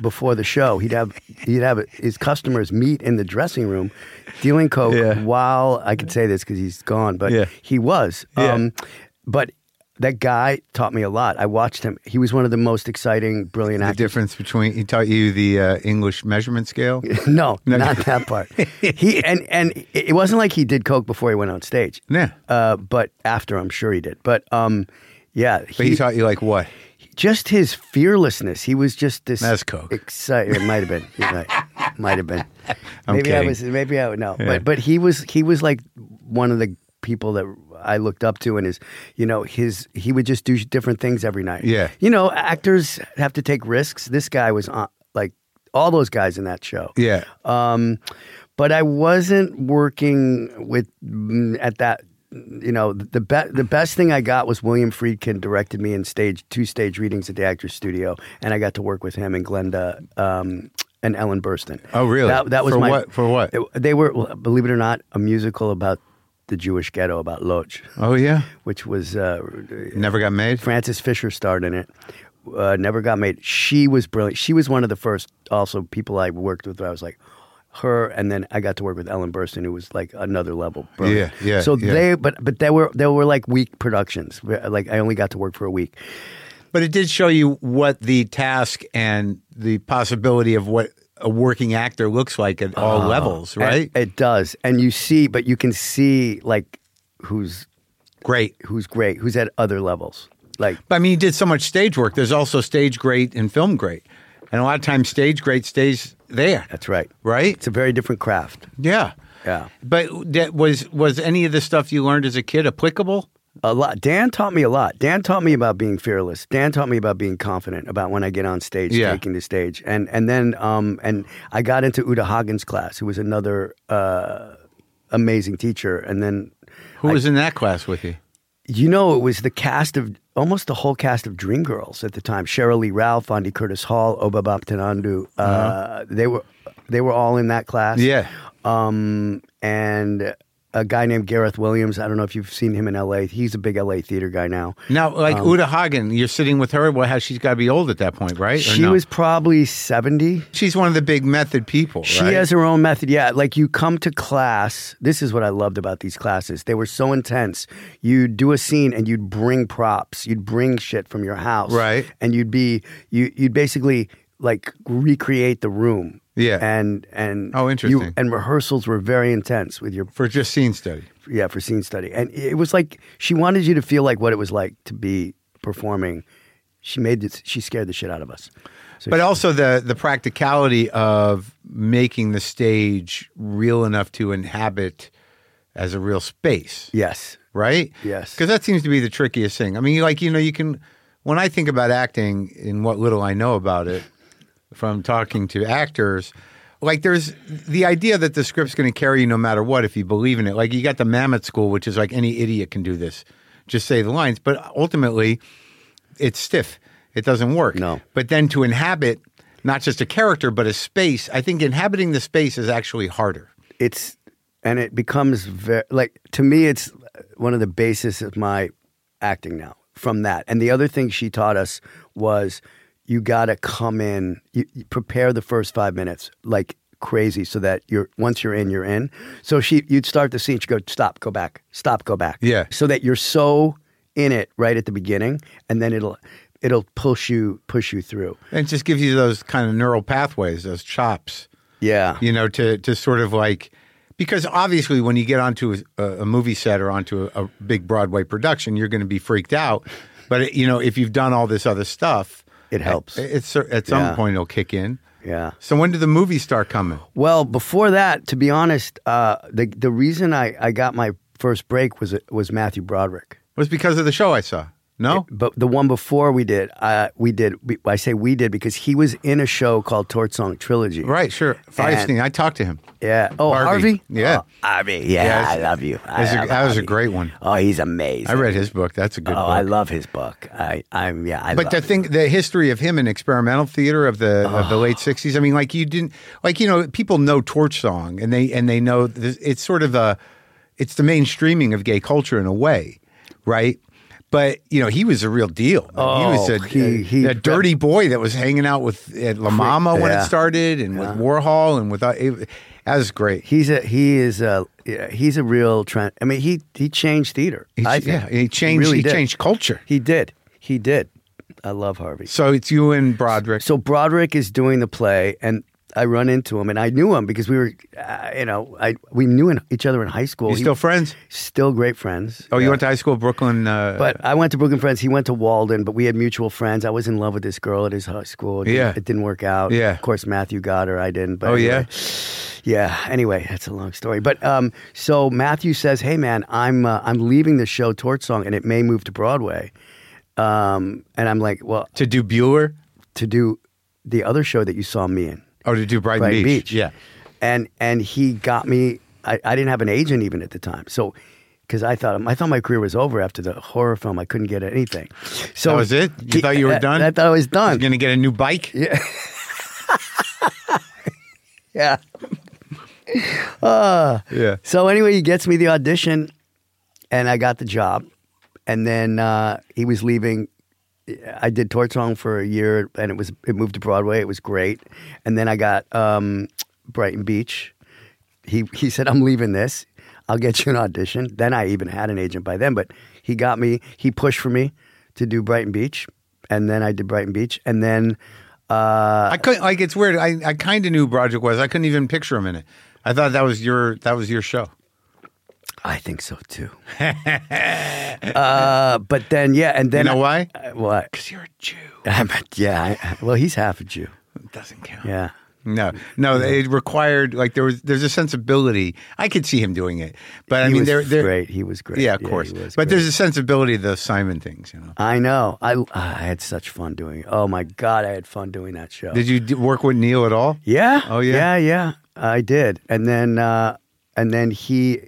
before the show. He'd have he'd have his customers meet in the dressing room, dealing coke
Yeah.
while I could say this because he's gone, but
Yeah.
he was. um,
Yeah.
but that guy taught me a lot. I watched him. He was one of the most exciting, brilliant
the
actors.
difference between he taught you the uh, English measurement scale.
no, not that part. He and and it it wasn't like he did coke before he went on stage.
Yeah.
Uh, but after, I'm sure he did. But um, yeah,
But he taught you like what?
just his fearlessness. He was just this.
That's coke.
Excited. It might have been. You're right. might have been.
I'm
maybe I
kidding.
was. Maybe I would know.
Yeah.
But but he was he was like one of the people that I looked up to, and his you know his he would just do different things every night.
Yeah.
You know, actors have to take risks. This guy was on like all those guys in that show.
Yeah,
Um, but I wasn't working with mm, at that. You know, the be- the best thing I got was William Friedkin directed me in stage two stage readings at the Actors Studio, and I got to work with him and Glenda um, and Ellen Burstyn.
Oh, really?
That, that was
For
my
what- for what?
It- they were. well, Believe it or not, a musical about the Jewish ghetto about Lodz,
Oh yeah,
which was uh,
never got made.
Frances Fisher starred in it. Uh, never got made. She was brilliant. She was one of the first also people I worked with. Where I was like her, and then I got to work with Ellen Burstyn, who was like another level. Brilliant.
Yeah, yeah,
So
yeah.
they, but but they were they were like week productions. Like I only got to work for a week.
But it did show you what the task and the possibility of what a working actor looks like at all levels, right?
Uh-huh. And it does, and you see, but you can see like who's
Great.
who's great, who's at other levels. Like
But I mean, you did so much stage work. There's also stage great and film great, and a lot of times stage great stays there,
that's right.
right?
It's a very different craft.
Yeah,
Yeah.
But that was was any of the stuff you learned as a kid applicable?
A lot. Dan taught me a lot. Dan taught me about being fearless. Dan taught me about being confident about when I get on stage,
Yeah.
taking the stage, and and then um and I got into Uta Hagen's class, who was another uh, amazing teacher, and then
Who was in that class with you?
you know it was the cast of almost the whole cast of Dreamgirls at the time. Cheryl Lee Ralph, Andy Curtis Hall, Oba Baptanandu. Uh, They were they were all in that class.
Uh-huh. Yeah.
Um, and a guy named Gareth Williams. I don't know if you've seen him in L.A. He's a big L.A. theater guy now.
Now, like
Um,
Uta Hagen, you're sitting with her. Well, how she's got to be old at that point, right? Or
She
no?
was probably seventy.
She's one of the big method people.
She
right?
has her own method. Yeah, like you come to class. This is what I loved about these classes. They were so intense. You'd do a scene and you'd bring props. You'd bring shit from your house.
Right.
And you'd be you you'd basically like recreate the room.
Yeah.
And and
Oh,
you-
interesting.
and rehearsals were very intense with your
for just scene study.
yeah for scene study. And it was like she wanted you to feel like what it was like to be performing. She made this. She scared the shit out of us. So
But also the the practicality of making the stage real enough to inhabit as a real space,
yes.
right?
Yes.
Because that seems to be the trickiest thing. I mean, you- like you know, you can. When I think about acting, in what little I know about it, from talking to actors, like there's the idea that the script's going to carry you no matter what if you believe in it. Like you got the Mammoth School, which is like any idiot can do this, just say the lines. But ultimately, it's stiff. It doesn't work.
No.
But then to inhabit not just a character but a space, I think inhabiting the space is actually harder.
it's and it becomes very like to me it's one of the basis of my acting now from that and the other thing she taught us was you gotta come in you, you prepare the first five minutes like crazy so that you're once you're in you're in so she you'd start the scene she'd go stop go back stop go back
Yeah.
so that you're so in it right at the beginning and then it'll it'll push you push you through
And it just gives you those kind of neural pathways, those chops.
yeah
you know, to to sort of like because obviously when you get onto a, a movie set or onto a, a big Broadway production, you're going to be freaked out. But you know, if you've done all this other stuff,
It helps.
At, it's at some
Yeah.
point it'll kick in.
yeah
So when did the movies start coming?
Well, before that, to be honest, uh, the the reason I, I got my first break was was Matthew Broderick.
was because of the show I saw. No,
But the one before we did, uh, we did. We, I say we did because he was in a show called Torch Song Trilogy.
right, sure. Feinstein. I talked to him.
Yeah. Oh,
Harvey.
Harvey.
Yeah.
Oh, Harvey. Yeah,
Yeah,
I
it's-
love you. I
That's a-
love
that was a
Harvey.
great one.
Oh, he's amazing.
I read his book. That's a
Oh,
good book.
I love his book. I, I'm yeah. I
But
love
the thing, the history of him in experimental theater of the of the late sixties. I mean, like you didn't, like you know, people know torch song, and they and they know this, it's sort of a, it's the mainstreaming of gay culture in a way, right? But you know, he was a real deal. he was
Oh,
a,
he-
a-
he-
a dirty boy that was hanging out with at La Mama when
Yeah.
it started, and with Warhol, and with uh, it, that was great.
He's a he is a yeah, he's a real trend. I mean, he he changed theater.
He,
I think.
yeah, he changed.
really
he
did.
changed culture.
He did. He did. I love Harvey.
So it's you and Broderick.
So Broderick is doing the play, and I run into him, and I knew him because we were, uh, you know, I we knew in, each other in high school.
You
He-
still friends?
still great friends.
Oh,
Yeah.
you went to high school, Brooklyn. Uh,
But I went to Brooklyn Friends. He went to Walden, but we had mutual friends. I was in love with this girl at his high school. It didn't-
Yeah.
it didn't work out.
Yeah.
of course Matthew got her. I didn't. But
Oh, yeah?
anyway. yeah. Anyway, that's a long story. But um, so Matthew says, "Hey man, I'm uh, I'm leaving the show Torch Song, and it may move to Broadway." Um, and I'm like, "Well,
to do Bueller.
to do the other show that you saw me in."
Oh, to do Brighton,
Brighton
Beach.
Beach.
Yeah.
and and he got me. I, I didn't have an agent even at the time, so because I thought I thought my career was over after the horror film, I couldn't get anything. So
That was it? You thought you were
I-
done?
I, thought I was
You're
done.
going to get a new bike?
yeah.
Yeah.
So anyway, he gets me the audition, and I got the job. And then uh, he was leaving. I did Torch Song for a year, and it was it moved to Broadway. It was great. And then I got um, Brighton Beach. He he said, "I'm leaving this. I'll get you an audition." Then I even had an agent by then, but he got me. He pushed for me to do Brighton Beach, and then I did Brighton Beach, and then uh,
I couldn't, like, it's weird. I, I kind of knew Broderick was. I couldn't even picture him in it. I thought that was your, that was your show.
I think so too. uh, but then yeah, and
You
then
know why?
Uh, what?
Because you're a Jew.
I'm a- yeah. I- I- well, he's half a Jew.
It doesn't count.
Yeah.
No, no, it required, like, there was, there's a sensibility. I could see him doing it. But I
he
mean,
was
there, there,
great. He was great.
yeah, of
he
course. But
was great.
there's a sensibility to those Simon things, you know.
I know. I I had such fun doing it. Oh my god, I had fun doing that show.
Did you d- work with Neil at all?
yeah.
Oh, yeah?
Yeah, yeah. I did. And then uh and then he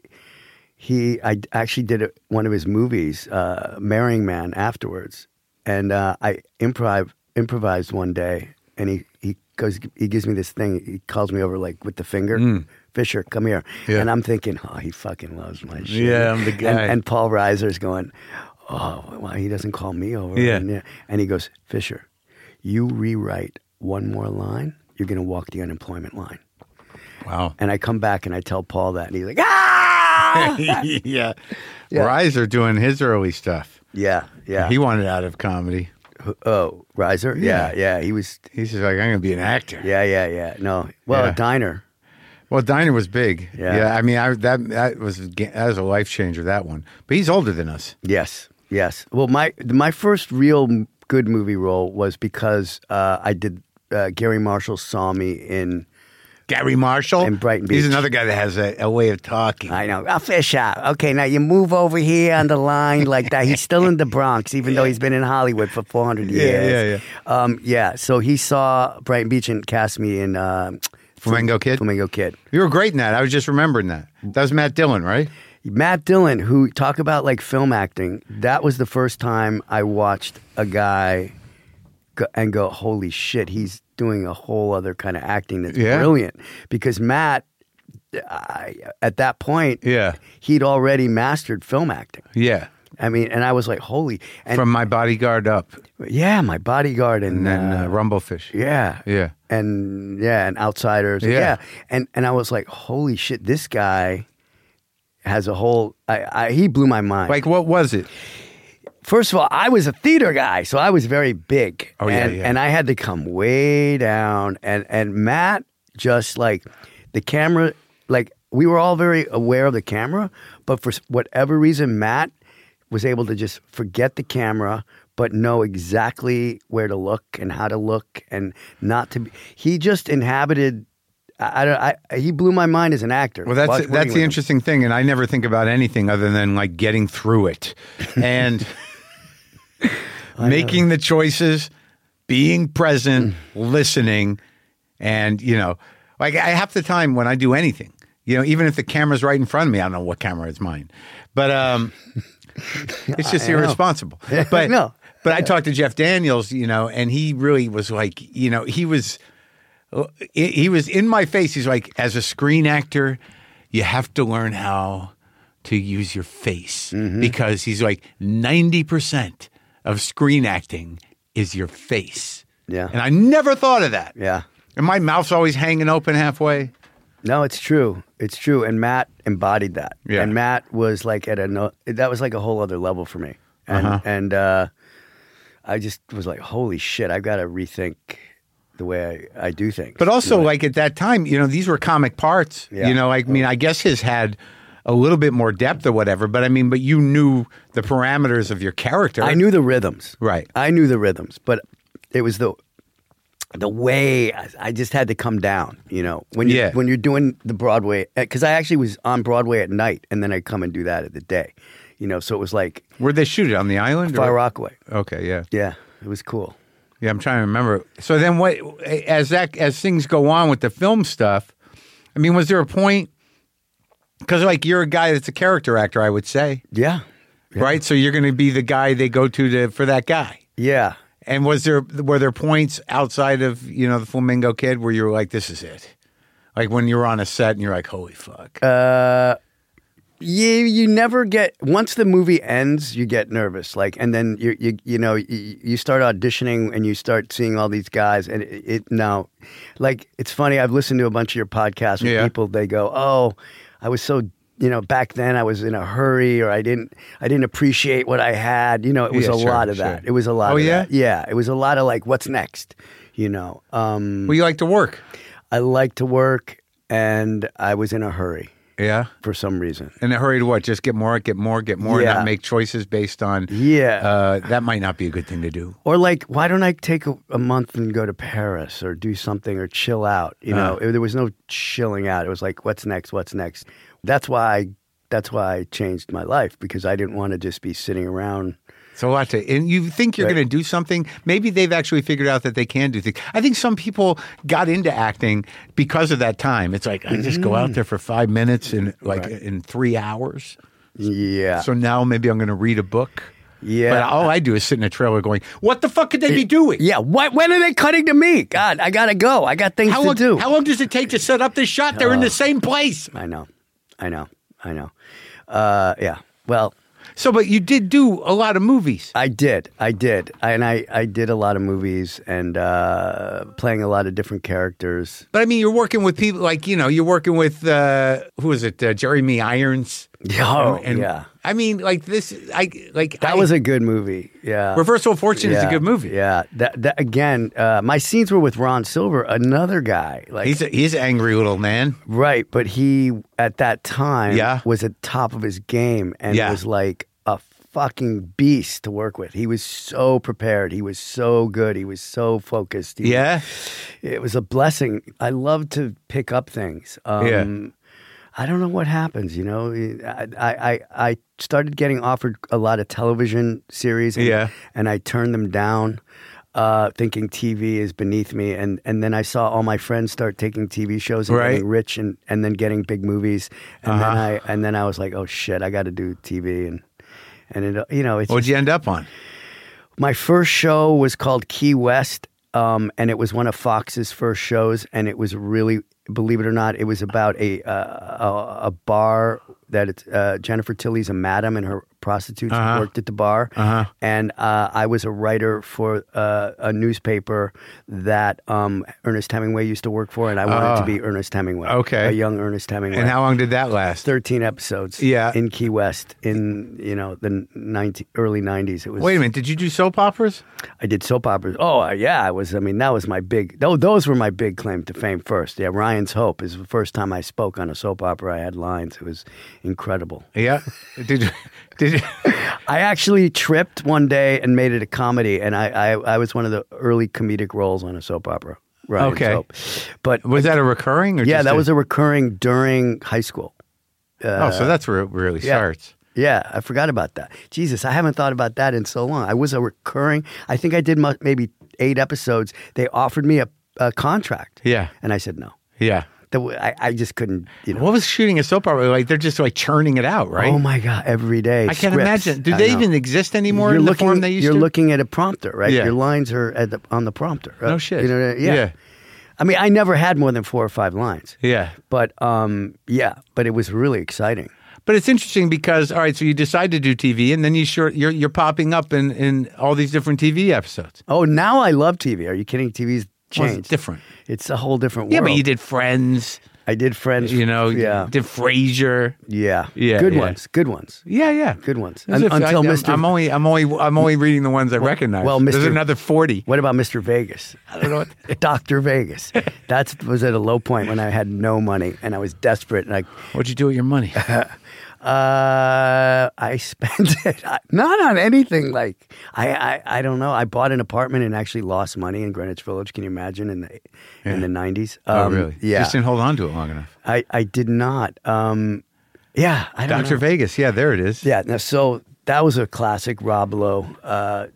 he I actually did a, one of his movies, uh, Marrying Man, afterwards, and uh, I improv improvised one day, and he he goes he gives me this thing. He calls me over like with the finger. Fisher, come here.
Mm. Yeah.
And I'm thinking, oh, he fucking loves my shit.
Yeah, I'm the
And-
guy.
And, Paul Reiser's going, oh, well, he doesn't call me over.
Yeah.
And, and he goes, Fisher, you rewrite one more line, you're going to walk the unemployment line.
Wow.
And I come back and I tell Paul that, and he's like, ah!
yeah. Riser doing his early stuff.
yeah, yeah.
He wanted out of comedy.
oh, Reiser? Yeah, yeah. He was,
He's just like, I'm going to be an actor.
yeah, yeah, yeah. No, well,
Yeah.
Diner.
Well, Diner was big.
Yeah.
I mean, I, that that was that was a life changer. That one. But he's older than us.
Yes, yes. Well, my my first real m- good movie role was because uh, I did. Uh, Gary Marshall saw me in.
Gary Marshall
And Brighton
He's
Beach.
another guy that has a, a way of talking.
I know. Oh, fish out. Okay, now you move over here on the line like that. He's still in the Bronx, even though he's been in Hollywood for 400
Yeah,
years. Yeah, yeah. Um, yeah, so he saw Brighton Beach and cast me in um
Flamingo Kid?
Flamingo Kid.
you were great in that. I was just remembering that. That was Matt Dillon, right?
Matt Dillon, who talk about like film acting, that was the first time I watched a guy go, and go, holy shit, he's doing a whole other kind of acting that's
Yeah.
brilliant. Because Matt, I, at that point,
Yeah.
he'd already mastered film acting.
Yeah.
I mean, and I was like, holy, and
From my bodyguard up,
yeah, my bodyguard and,
and then uh,
uh,
Rumblefish.
yeah,
Yeah.
and yeah, and outsiders.
Yeah.
Yeah. And and I was like, holy shit, this guy has a whole I, I he blew my mind.
Like, what was it?
first of all, I was a theater guy, so I was very big.
Oh, yeah,
and,
yeah.
and I had to come way down. And and Matt just like the camera, like we were all very aware of the camera, but for s- whatever reason, Matt was able to just forget the camera. But know exactly where to look and how to look and not to be. He just inhabited. I, I, don't- I he blew my mind as an actor.
Well, that's
Watch working
that's
with
the
him.
interesting thing, and I never think about anything other than like getting through it, and making the choices, being
Mm.
present, listening, and you know, like I half the time when I do anything, you know, even if the camera's right in front of me, I don't know what camera is mine, but um, it's just
I know.
irresponsible. But
No.
but I talked to Jeff Daniels, you know, and he really was like, you know, he was he he was in my face. He's like, as a screen actor, you have to learn how to use your face because he's like, 90% of screen acting is your face.
Yeah.
And I never thought of that.
Yeah.
And my mouth's always hanging open halfway.
No, it's true. It's true. And Matt embodied that.
Yeah.
And Matt was like at a no, that was like a whole other level for me. And
Uh-huh.
and uh, I just was like, holy shit, I've got to rethink the way I, I do things.
But also, like at that time, you know, these were comic parts.
Yeah.
You know, like, I mean, I guess his had a little bit more depth or whatever, but I mean, but you knew the parameters of your character.
I knew the rhythms.
Right.
I knew the rhythms, but it was the the way I, I just had to come down. You know, when you
Yeah.
when you're doing the Broadway, because I actually was on Broadway at night, and then I come and do that at the day. You know, so it was like
Where'd they shoot it? On the island?
Far
or-
Rockaway.
Okay, yeah.
Yeah, it was cool.
Yeah, I'm trying to remember. So then, what as that as things go on with the film stuff? I mean, was there a point? Because like you're a guy that's a character actor, I would say,
Yeah.
right? So you're going to be the guy they go to, to for that guy.
Yeah.
And was there were there points outside of you know the Flamingo Kid where you were like, this is it? Like when you were on a set and you're like, holy fuck.
Uh, You you never get once the movie ends, you get nervous. Like, and then you you you know you, you start auditioning and you start seeing all these guys, and it, it now, like it's funny. I've listened to a bunch of your podcasts with
Yeah.
people. They go, oh, I was so. You know, back then I was in a hurry, or I didn't, I didn't appreciate what I had. You know, it was
Yeah,
a
sure,
lot of
sure.
that. It was a lot.
Oh,
of
yeah?
that. yeah. It was a lot of like, what's next? You know, um,
well, you like to work.
I like to work, and I was in a hurry
Yeah.
for some reason.
In a hurry to what? Just get more, get more, get more, and
Yeah.
not make choices based on.
Yeah.
Uh, that might not be a good thing to do.
Or like, why don't I take a, a month and go to Paris or do something or chill out? You know,
Uh.
It- there was no chilling out. It was like, what's next? What's next? That's why. That's why I changed my life because I didn't want to just be sitting around.
It's a lot to, and you think you're
Right.
going to do something. Maybe they've actually figured out that they can do things. I think some people got into acting
Mm-hmm.
because of that time. It's like I just go out there for five minutes and like in three hours,
Yeah.
So now maybe I'm going to read a book.
Yeah.
But all I do is sit in a trailer going, what the fuck could they be doing?
yeah. What, when are they cutting to me? God, I gotta go. I got things
How
to
long,
do. Uh.
how long does it take to set up this shot? They're in the same place.
I know. I know. I know. Uh, yeah. Well,
So, but you did do a lot of movies.
I did. I did. and I, I did a lot of movies and uh, playing a lot of different characters.
But I mean, you're working with people like, you know, you're working with, uh, who is it, uh, Jeremy Irons?
Oh, yeah.
I mean, like this, I like
That
I-
was a good movie. Yeah.
Reversal of Fortune is a
Yeah.
good movie.
Yeah. That, that again, uh, my scenes were with Ron Silver, another guy. Like
He's a, he's an angry little man.
right, but he at that time
Yeah.
was at top of his game and
Yeah.
was like a fucking beast to work with. He was so prepared. He was so good. He was so focused. He-
Yeah.
It was a blessing. I love to pick up things. Um, I don't know what happens, you know. I, I, I- I started getting offered a lot of television series, and,
Yeah.
and I turned them down, uh, thinking TV is beneath me. And, and then I saw all my friends start taking TV shows and
Right. Uh-huh.
getting rich, and, and then getting big movies, and then I and then I was like, oh shit, I got to do TV, and and it, you know, it's
What'd you end up on?
my first show was called Key West, um, and it was one of Fox's first shows, and it was really, believe it or not, it was about a uh, a, a bar that it's, uh, Jennifer Tilly's a madam and her prostitutes
Uh-huh.
worked at the bar, and uh, I was a writer for uh, a newspaper that um, Ernest Hemingway used to work for, and I wanted to be Ernest Hemingway,
Ah. Okay.
a young Ernest Hemingway,
And how long did that last?
13 episodes
Yeah.
in Key West in you know the 90, early 90s it was
Wait a minute. Did you do soap operas?
I did soap operas. Oh uh, yeah, I was. I mean, that was my big. Though those were my big claim to fame first. Yeah, Ryan's Hope is the first time I spoke on a soap opera. I had lines. It was incredible.
Yeah. Did you- did you-
I actually tripped one day and made it a comedy, and I I, I was one of the early comedic roles on a soap opera. Ryan's
Okay.
Hope. but
was that a recurring? Or
yeah,
just
that was a recurring during high school.
oh, so that's where it really
Uh, yeah.
starts.
Yeah, I forgot about that. Jesus, I haven't thought about that in so long. I was a recurring. I think I did mu- maybe eight episodes. They offered me a, a contract.
Yeah.
and I said no.
Yeah.
The w- I, I just couldn't. You know.
What was shooting a soap opera like? They're just like churning it out, right?
Oh my god! Every day.
I can't
scripts.
imagine. Do
I
they
know.
even exist anymore
You're
in
looking,
the form they used
You're
to?
looking at a prompter, right?
Yeah.
Your lines are at the, on the prompter.
no
uh,
shit.
You know, what I- yeah.
Yeah.
I mean, I never had more than four or five lines,
Yeah.
but um, yeah, but it was really exciting.
But it's interesting because all right, so you decide to do TV, and then you sure you're you're popping up in in all these different TV episodes.
Oh, now I love TV. Are you kidding? TV's
Well,
changed.
it's different.
It's a whole different
Yeah,
world.
but you did Friends,
I did Friends.
you know, you
Yeah.
did Frasier.
yeah.
Yeah,
Good
yeah.
ones. Good ones.
Yeah, yeah,
Good ones.
As
Un-
if I-
until
I'm,
Mr.
I'm only, I'm only, I'm only reading the ones I recognize.
well,
there's
Mr.
another forty.
What about Mr. Vegas?
I don't know. What,
Dr. Vegas. That was at a low point when I had no money and I was desperate. And
what'd you do with your money?
Um, I, uh, I spent it I- not on anything. Like I, I, I don't know. I bought an apartment and actually lost money in Greenwich Village. Can you imagine in the in the nineties? Um,
oh, really?
Yeah.
Just didn't hold on to it long enough.
I, I did not. Um, yeah. I don't
Doctor
know.
Vegas. Yeah, there it is.
Yeah. Now, so that was a classic Rob Lowe. Uh,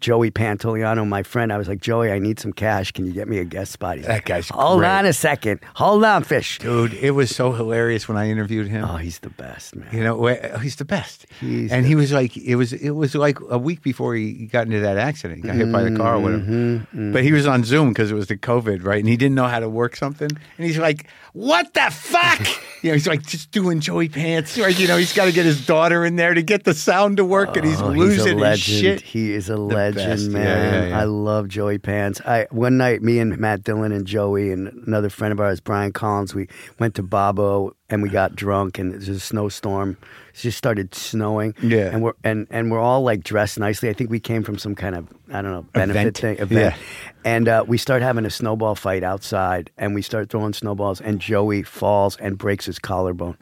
Joey Pantoliano, my friend, I was like, Joey, I need some cash. Can you get me a guest spot? He's
That
like,
guy's
Hold
great."
on a second. Hold on, fish.
dude, it was so hilarious when I interviewed him.
Oh, he's the best, man.
You know, wh- he's the best.
He's
and he was like, it was it was like a week before he got into that accident, he got hit by the car or whatever.
Mm-hmm,
But he was on Zoom because it was the COVID, right? And he didn't know how to work something. And he's like, "What the fuck?" you know, he's like just doing Joey pants, right? You know, he's got to get his daughter in there to get the sound to work, and he's
Oh,
losing
he's a
his
legend.
shit.
He is a
best.
legend,
Yeah,
man.
yeah, yeah.
I love Joey Pants. I one night, me and Matt Dillon and Joey and another friend of ours, Brian Collins, we went to Babo and we got drunk and it was a snowstorm. It just started snowing.
Yeah.
and we're and and we're all like dressed nicely. I think we came from some kind of I don't know benefit
Event.
thing event.
Yeah.
And uh, we start having a snowball fight outside, and we start throwing snowballs, and Joey falls and breaks his collarbone.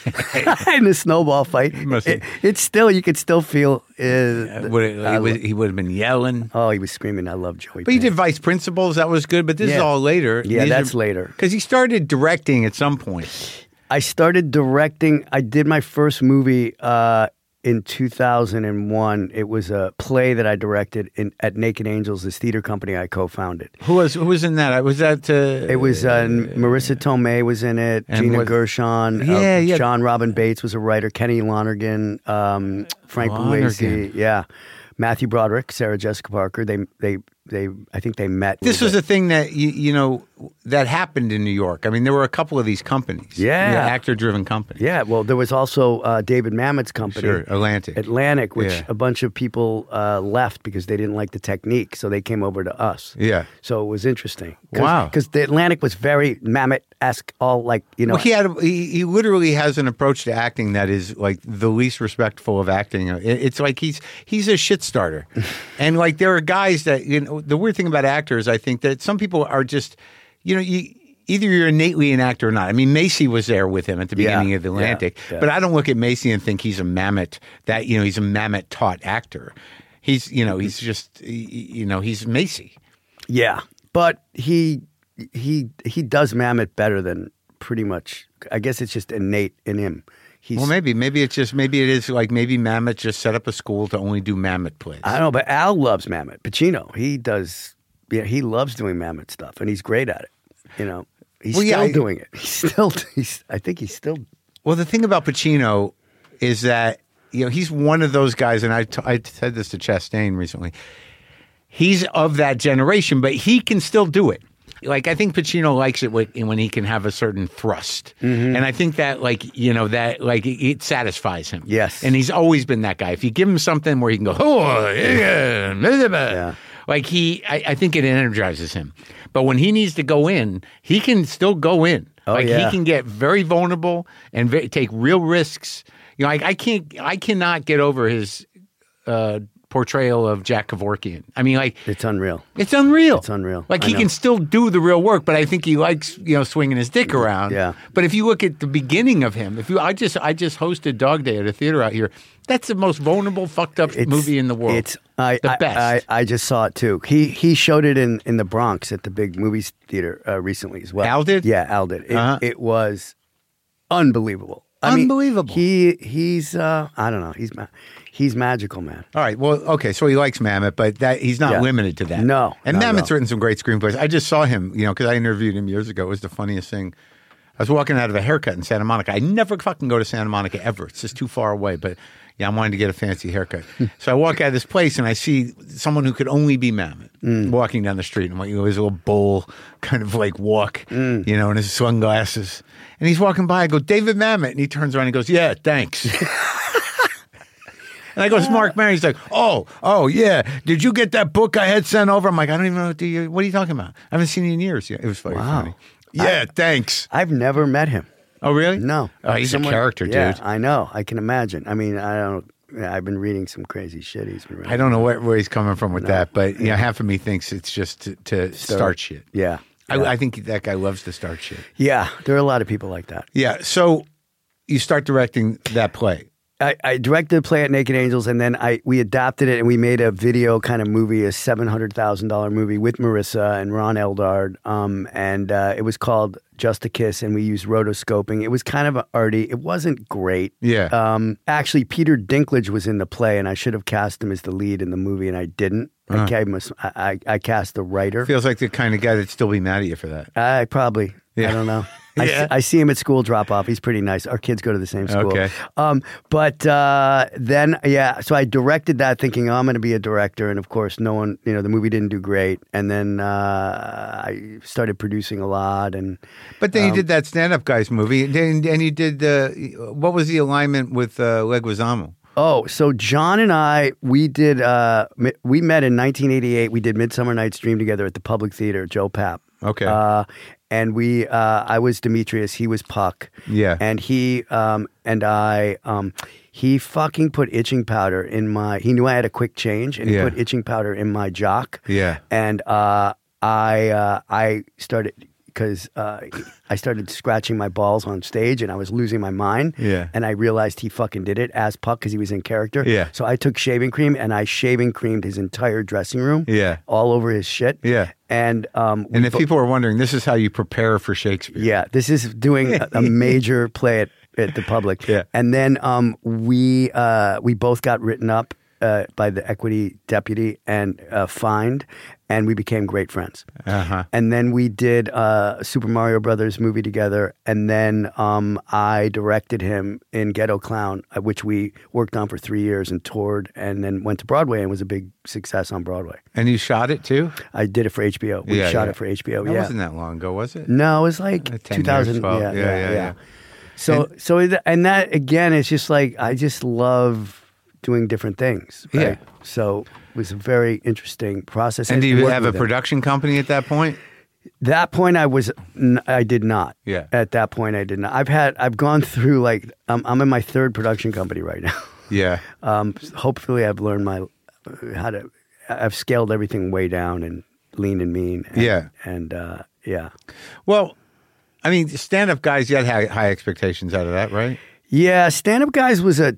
in the snowball fight,
must have-
It- it's still you could still feel.
Uh,
Uh, the-
would it-
I
he
lo-
would- he would have been yelling.
oh, he was screaming! I love Joey.
But he
Pants.
did Vice Principals. That was good. But this is
Yeah.
all later.
Yeah, that's later.
Because he started directing at some point.
I started directing. I did my first movie uh, in 2001. It was a play that I directed in, at Naked Angels, this theater company I co-founded.
Who was who was in that? Was that uh,
It was uh, Marissa Tomei was in it,
And
Gina
what-
Gershon, uh,
Yeah, yeah.
John Robin Bates was a writer, Kenny Lonergan, um, Frank
Lonergan.
Luisi, yeah, Matthew Broderick, Sarah Jessica Parker. They they they I think they met.
This was a thing that you, you know that happened in New York. I mean, there were a couple of these companies,
Yeah.
actor-driven companies.
yeah. Well, there was also uh, David Mamet's company.
sure, Atlantic.
Atlantic, which
Yeah.
a bunch of people uh, left because they didn't like the technique, so they came over to us.
Yeah.
So it was interesting.
Wow.
Because the Atlantic was very Mamet esque, all like you know.
Well, he had he, he literally has an approach to acting that is like the least respectful of acting. It- It's like he's he's a shit starter, and like there are guys that you know. The weird thing about actors, I think that some people are just, you know, you either you're innately an actor or not. I mean, Macy was there with him at the
Yeah,
beginning of the
yeah,
Atlantic,
yeah.
but I don't look at Macy and think he's a mammoth. That you know, he's a mammoth taught actor. He's you know he's just y- y- you know he's Macy.
yeah. But he he he does Mamet better than pretty much. I guess it's just innate in him. He's.
Well, maybe maybe it's just maybe it is like maybe Mammoth just set up a school to only do Mammoth plays.
I don't know, but Al loves Mamet. Pacino, he does. Yeah, he loves doing Mamet stuff, and he's great at it. You know, he's
Well, yeah,
still
I-
doing it. He's still. He's. I think he's still
Well, the thing about Pacino is that you know he's one of those guys, and I t- I said this to Chastain recently. He's of that generation, but he can still do it. Like I think Pacino likes it when, when he can have a certain thrust,
Mm-hmm.
and I think that like you know that like it, it satisfies him.
Yes.
and he's always been that guy. If you give him something where he can go, oh yeah, blah, blah, blah,"
Yeah.
like he, I, I think it energizes him. But when he needs to go in, he can still go in.
Oh,
like he
yeah.
can can get very vulnerable and ve take real risks. You know, I, I can't, I cannot get over his uh, portrayal of Jack Kevorkian. I mean, like
It's unreal.
it's unreal.
It's unreal.
Like
I
he
know.
can still do the real work, but I think he likes you know swinging his dick around.
Yeah.
But if you look at the beginning of him, if you, I just, I just hosted Dog Day at a theater out here. That's the most vulnerable, fucked up
It's-
movie in the world.
It's I,
the
I,
best.
I, I just saw it too. He he showed it in, in the Bronx at the big movie theater uh, recently as well.
Al did?
Yeah, Al did. It,
Uh-huh.
it was unbelievable. I mean,
Unbelievable.
he he's uh, I don't know. He's ma- he's magical, man.
All right. Well, okay. So he likes Mamet, but that he's not
Yeah.
limited to that.
No,
And
not at
Mamet's
all.
written some great screenplays. I just saw him, you know, because I interviewed him years ago. It was the funniest thing. I was walking out of a haircut in Santa Monica. I never fucking go to Santa Monica ever. It's just too far away. But yeah, I'm wanting to get a fancy haircut. so I walk out of this place and I see someone who could only be Mamet
Mm.
walking down the street. And like, you know, his little bowl kind of like walk,
Mm.
you know, and his sunglasses. And he's walking by. I go, David Mamet. And he turns around and goes, Yeah, thanks. And I go, it's Mark Maron. He's like, oh, oh, yeah. Did you get that book I had sent over? I'm like, I don't even know. what Do you, what are you talking about? I haven't seen you in years. Yeah, it was very
Wow.
funny. Yeah, thanks.
I've never met him.
Oh, really?
No,
Oh, he's
Someone-
a character,
yeah,
dude.
I know. I can imagine. I mean, I don't. I've been reading some crazy shit he's been reading.
I don't know where, where he's coming from with that, but you know, half of me thinks it's just to, to start shit.
Yeah, yeah.
I, I think that guy loves to start shit.
yeah. There are a lot of people like that.
Yeah. So you start directing that play.
I, I directed a play at Naked Angels, and then I we adapted it and we made a video kind of movie, a seven hundred thousand dollar movie with Marissa and Ron Eldard, um, and uh, it was called Just a Kiss, and we used rotoscoping. It was kind of arty. It wasn't great.
Yeah.
Um, actually, Peter Dinklage was in the play, and I should have cast him as the lead in the movie, and I didn't. I, gave him a s- I- I- I cast the writer.
Feels like the kind of guy that'd still be mad at you for that.
I probably.
Yeah.
I don't know. I, s-
Yeah.
I see him at school drop off. He's pretty nice. Our kids go to the same school.
Okay.
Um, but uh, then, yeah, so I directed that thinking oh, I'm going to be a director. And of course, no one, you know, the movie didn't do great. And then uh, I started producing a lot. And
But
Um,
then you did that stand up guys movie, and, then- and you did the, what was the alignment with uh, Leguizamo?
oh, so John and I, we did, uh, mi- we met in 1988. We did Midsummer Night's Dream together at the Public Theater, Joe Papp.
Oh, Okay.
Uh, and we, uh, I was Demetrius, he was Puck.
Yeah.
And he um, and I, um, he fucking put itching powder in my. He knew I had a quick change, and he
Yeah.
put itching powder in my jock.
Yeah.
And uh, I, uh, I started because uh, I started scratching my balls on stage, and I was losing my mind.
Yeah.
And I realized he fucking did it as Puck because he was in character.
Yeah.
So I took shaving cream and I shaving creamed his entire dressing room.
Yeah.
All over his shit.
Yeah.
And um, we
And if
bo-
people are wondering, this is how you prepare for Shakespeare.
yeah, this is doing a, a major play at, at the public.
Yeah.
And then um, we uh, we both got written up uh, by the equity deputy and uh, fined, and we became great friends.
Uh-huh.
And then we did uh, Super Mario Brothers movie together, and then um, I directed him in Ghetto Clown, uh, which we worked on for three years and toured, and then went to Broadway and was a big success on Broadway.
And you shot it too?
I did it for HBO. We
Yeah,
shot
yeah.
it for HBO.
That
yeah.
wasn't that long ago, was it?
No, it was like
Uh, 10 years,
2000.
12.
yeah,
Yeah,
yeah,
yeah,
yeah,
yeah.
So, so it- and that again is just like I just love doing different things. Right?
Yeah.
So it was a very interesting process.
And do you
working
have a
with him.
production company at that point?
That point, I was n- I did not.
Yeah.
At that point, I did not. I've had I've gone through like I'm I'm in my third production company right now.
Yeah.
Um, hopefully, I've learned my how to. I've scaled everything way down and lean and mean. And,
Yeah.
And uh, yeah.
Well, I mean, stand up guys, you had high, high expectations out of that, right?
Yeah, Stand Up Guys was a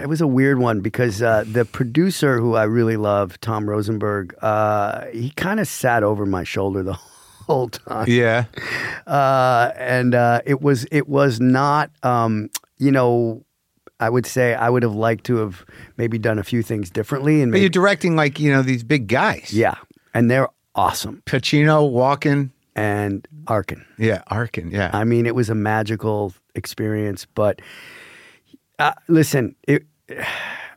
it was a weird one because uh, the producer who I really love, Tom Rosenberg, uh, he kind of sat over my shoulder the whole time,
Yeah.
uh, and uh, it was it was not um, you know. I would say I would have liked to have maybe done a few things differently, and
But you're
maybe,
directing like, you know, these big guys.
yeah, and they're awesome.
Pacino, Walken.
And Arkin,
Yeah. Arkin. Yeah.
I mean, it was a magical experience. But uh, listen, it,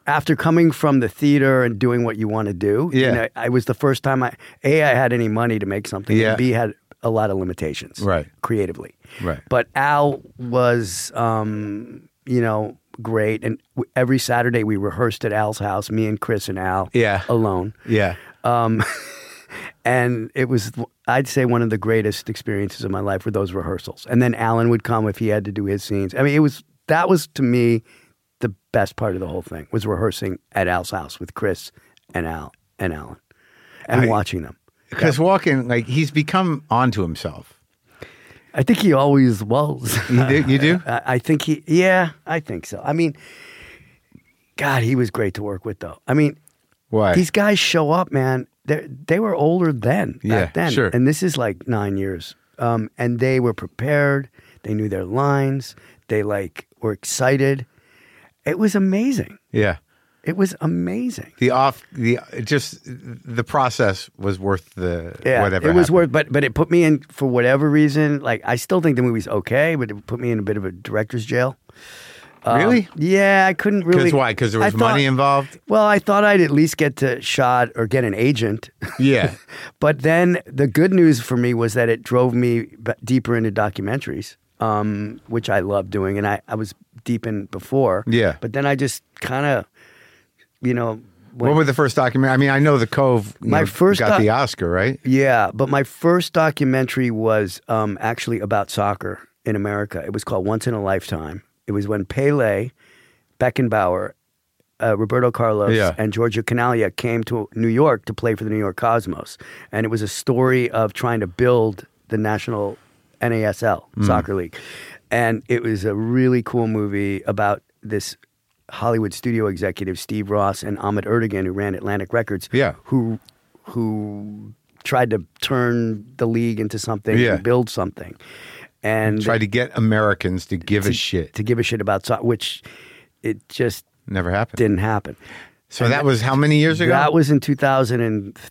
after coming from the theater and doing what you want to do, you
Yeah.
know, I was the first time I a I had any money to make something.
Yeah.
and B had a lot of limitations,
Right.
Creatively,
Right.
But Al was, um, you know. Great, and w- every Saturday we rehearsed at Al's house. Me and Chris and Al,
Yeah.
alone
yeah.
and it was i'd say one of the greatest experiences of my life were those rehearsals and then alan would come if he had to do his scenes i mean it was that was to me the best part of the whole thing was rehearsing at al's house with chris and al and alan and
I-
watching them
Because Walken, like, he's become onto himself.
i think he always was
You do? You do?
I, I think he yeah i think so i mean god he was great to work with though i mean
Why?
these guys show up, man. They they were older then, back
Yeah,
then,
sure.
and this is like nine years. Um, and they were prepared. They knew their lines. They like were excited. It was amazing.
yeah.
It was amazing.
The off, the just the process was worth the
Yeah,
whatever.
it was
happened.
worth. But but it put me in for whatever reason. Like I still think the movie's okay, but it put me in a bit of a director's jail. Um,
Really?
Yeah, I couldn't really.
Because why? Because there
I
was
thought-
money involved.
Well, I thought I'd at least get to shot or get an agent.
Yeah.
But then the good news for me was that it drove me b- deeper into documentaries, um, which I love doing, and I, I was deep in before.
Yeah.
But then I just kind of, you know,
what
went,
were the first documentary? I mean, I know the Cove. you
My
know,
first
got
doc-
the Oscar, right?
yeah. But my first documentary was um, actually about soccer in America. It was called Once in a Lifetime. It was when Pele, Beckenbauer, uh, Roberto Carlos,
Yeah.
and Giorgio Canalia came to New York to play for the New York Cosmos. And it was a story of trying to build the national NASL soccer league. And it was a really cool movie about this Hollywood studio executive, Steve Ross, and Ahmed Erdogan, who ran Atlantic Records,
Yeah.
who who tried to turn the league into something
Yeah.
and build something. And
Try to get Americans to give a shit.
to give a shit about soccer, which it just
Never happened.
didn't happen.
so that was how many years ago?
That was in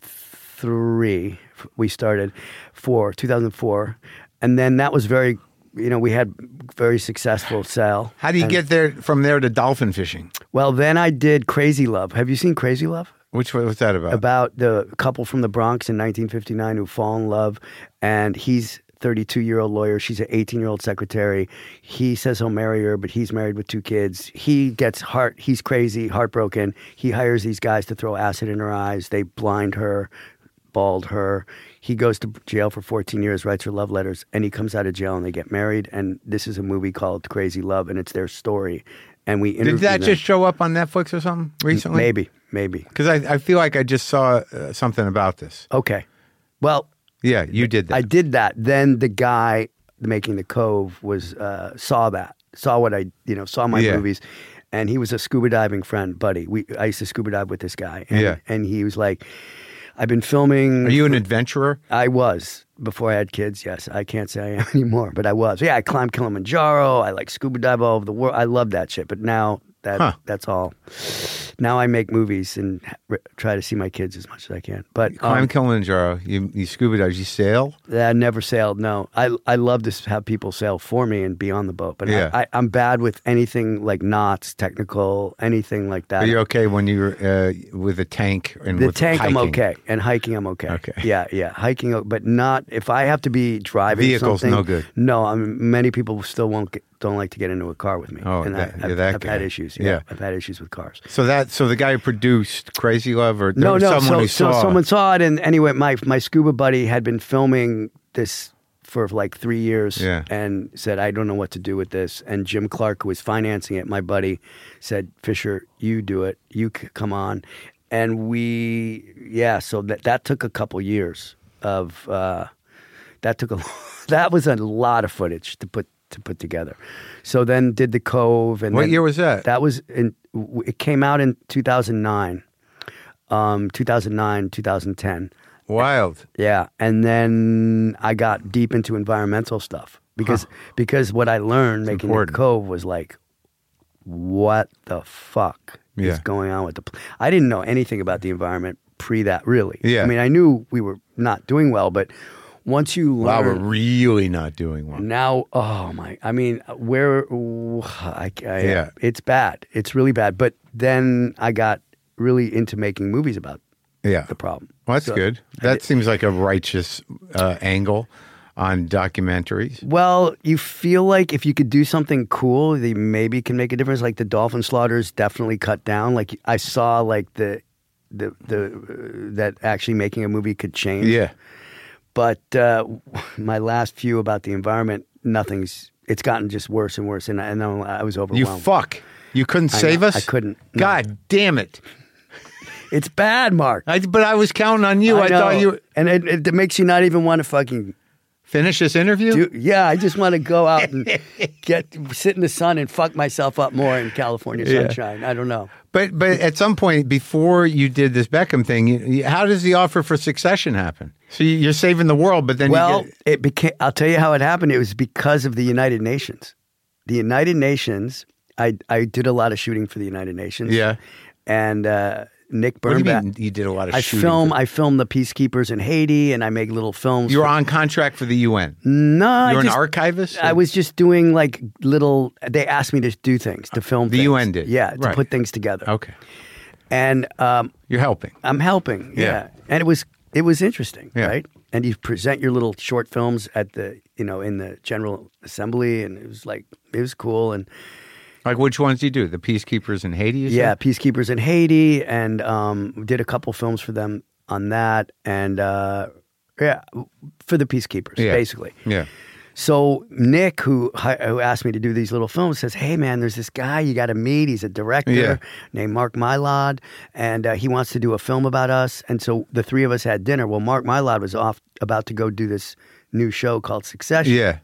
2003. We started four, 2004, and then that was very, you know, we had very successful sale.
how do you
And-
get there from there to dolphin fishing?
Well, then I did Crazy Love. Have you seen Crazy Love?
Which was that about?
About the couple from the Bronx in 1959 who fall in love, and he's 32 year old lawyer. She's an 18 year old secretary. He says he'll marry her, but he's married with two kids. He gets heart. He's crazy, heartbroken. He hires these guys to throw acid in her eyes. They blind her, bald her. He goes to jail for 14 years, writes her love letters, and he comes out of jail and they get married. And this is a movie called Crazy Love, and it's their story. And we
Did
interview
that
them.
just show up on Netflix or something recently?
maybe maybe
Because I, I feel like I just saw uh, something about this.
okay. Well,
Yeah, you did that.
I did that. Then the guy making the cove was uh, saw that, saw what I, you know, saw my
Yeah.
movies, and he was a scuba diving friend, buddy. We I used to scuba dive with this guy, and,
Yeah.
and he was like, I've been filming.
Are you an adventurer?
I was before I had kids. Yes, I can't say I am anymore, but I was. Yeah, I climbed Kilimanjaro. I like scuba dive all over the world. I love that shit. But now that
Huh.
that's all. Now I make movies and r- try to see my kids as much as I can. But
Climb
um,
Kilimanjaro. You, you scuba dive. You sail.
I never sailed. No, I I love to s- have people sail for me and be on the boat. But
Yeah.
I, I, I'm bad with anything like knots, technical, anything like that.
Are you okay when you're uh, with a tank and
The
with
tank,
hiking?
I'm okay, and hiking, I'm okay.
Okay.
Yeah, yeah, hiking, o- but not if I have to be driving.
Vehicle's
something,
no good.
No, I mean, many people still won't get, don't like to get into a car with me.
Oh,
and
that-
I,
you're
I've,
that
I've had
guy.
issues.
Yeah.
I've had issues with cars.
So that so the guy who produced Crazy Love or there
No,
was
no.
someone
so,
who
so
saw it.
someone saw it, and anyway, my my scuba buddy had been filming this for like three years,
Yeah.
and said, "I don't know what to do with this." And Jim Clark, who was financing it, my buddy, said, "Fisher, you do it. You c- come on." And we, yeah. So that that took a couple years of uh, that took a that was a lot of footage to put to put together. So then did the Cove, and
What
then-
year was that?
Uh, That was in w- it came out in two thousand nine um, 2009, 2010.
Wild.
Yeah, and then I got deep into environmental stuff because because what I learned making
important.
the cove was like, what the fuck
Yeah.
is going on with the? Pl- I didn't know anything about the environment pre that really.
Yeah.
I mean I knew we were not doing well, but once you learn,
Wow, we're really not doing well.
now, oh my! I mean, where? ooh, I, I-
Yeah.
it's bad. It's really bad. But then I got really into making movies about
Yeah.
the problem.
Well, that's
So-
good. That seems like a righteous uh, angle on
Mm.
documentaries.
Well, you feel like if you could do something cool, they maybe can make a difference. Like the dolphin slaughter is definitely cut down. Like I saw, like the the the uh, that actually making a movie could change.
Yeah.
But uh, my last few about the environment, nothing's. It's gotten just worse and worse, and I, and I was
You
overwhelmed.
fuck. You couldn't
I
save
know.
us?
I couldn't. No.
God damn it.
It's bad, Mark.
I, but I was counting on you. I, thought
know.
you
and it, it, makes you not even want to fucking
finish this interview.
do. Yeah, I just want to go out and get sit in the sun and fuck myself up more in California
Yeah.
sunshine. I don't know.
But but at some point before you did this Beckham thing, you, you, how does the offer for Succession happen? So you- you're saving the world, but then
Well,
you get,
it became. I'll tell you how it happened. It was because of the United Nations. The United Nations. I I did a lot of shooting for the United Nations.
Yeah.
and uh, Nick
what do you
Birnback.
mean you did a lot of
I
shooting?
film.
for-
I film the peacekeepers in Haiti, and I make little films.
you were
for-
on contract for the UN.
No,
you were
I
an
just,
archivist.
I was just doing like little. They asked me to do things to film.
The
things.
UN did.
yeah, to
Right.
put things together.
okay.
And um,
You're helping.
I'm helping. Yeah.
Yeah.
and it was it was interesting,
Yeah.
right? And you present your little short films at the you know in the General Assembly, and it was like it was cool. And
Like which ones do you do? The peacekeepers in Haiti. you said?
yeah, peacekeepers in Haiti, and um, did a couple films for them on that, and uh, yeah, for the peacekeepers,
Yeah.
basically.
Yeah.
So Nick, who hi- who asked me to do these little films, says, "Hey man, there's this guy you got to meet. He's a director
Yeah.
named Mark Mylod, and uh, he wants to do a film about us." And so the three of us had dinner. Well, Mark Mylod was off about to go do this new show called Succession.
Yeah.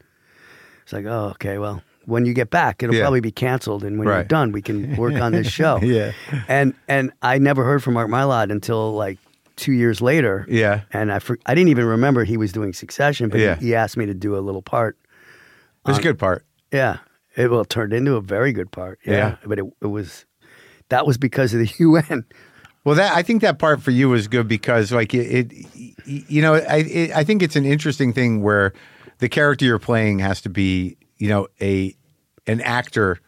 It's like, oh, okay, well, when you get back, it'll
Yeah.
probably be canceled, and when you're
Right.
done, we can work on this show.
Yeah.
and and I never heard from Mark Mylod until like two years later.
Yeah.
and I for, I didn't even remember he was doing Succession, but
Yeah.
he, he asked me to do a little part.
It was a good part.
Yeah. It well it turned into a very good part. Yeah.
Yeah.
But it, it was that was because of the UN.
Well, that I think that part for you was good because, like, it, it y- you know, I it, I think it's an interesting thing where the character you're playing has to be, you know, a an actor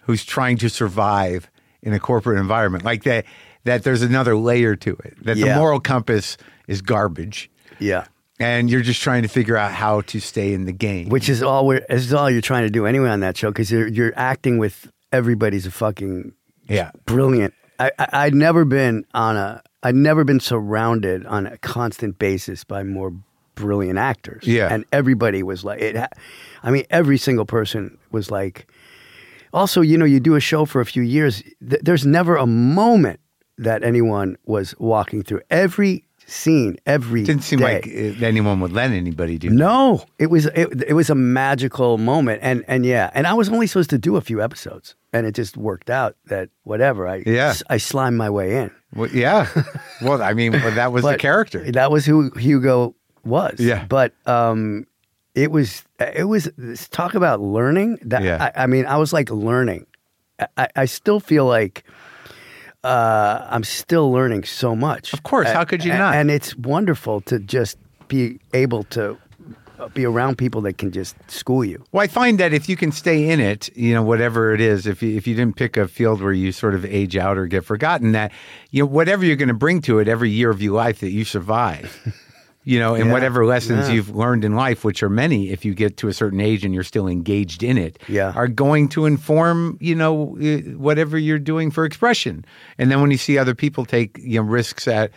who's trying to survive in a corporate environment, like that. That there's another layer to it. That the
Yeah.
moral compass is garbage,
Yeah.
and you're just trying to figure out how to stay in the game.
Which is all we're this is all you're trying to do anyway on that show because you're you're acting with everybody's a fucking
yeah,
brilliant. I, I I'd never been on a I'd never been surrounded on a constant basis by more brilliant actors.
Yeah.
and everybody was like, it. ha- I mean, every single person was like. Also, you know, you do a show for a few years. Th- there's never a moment that anyone was walking through every scene, every
didn't seem
day.
like uh, anyone would let anybody do.
No, it was it, it was a magical moment, and and yeah, and I was only supposed to do a few episodes, and it just worked out that whatever I
Yeah.
I slimed my way in.
Well, yeah. Well, I mean, well, that was the
But
character.
That was who Hugo was.
Yeah.
But um, it was it was talk about learning. That
Yeah.
I, I mean, I was like learning. I- I, I still feel like uh, I'm still learning so much. Of
course, how could you not?
And it's wonderful to just be able to uh, be around people that can just school you.
Well, I find that if you can stay in it, you know, whatever it is, if you, if you didn't pick a field where you sort of age out or get forgotten, that you know, whatever you're going to bring to it every year of your life that you survive, you know, and
Yeah,
whatever lessons
yeah.
you've learned in life, which are many, if you get to a certain age and you're still engaged in it,
Yeah.
are going to inform you know eh, whatever you're doing for expression. And then when you see other people take you know risks at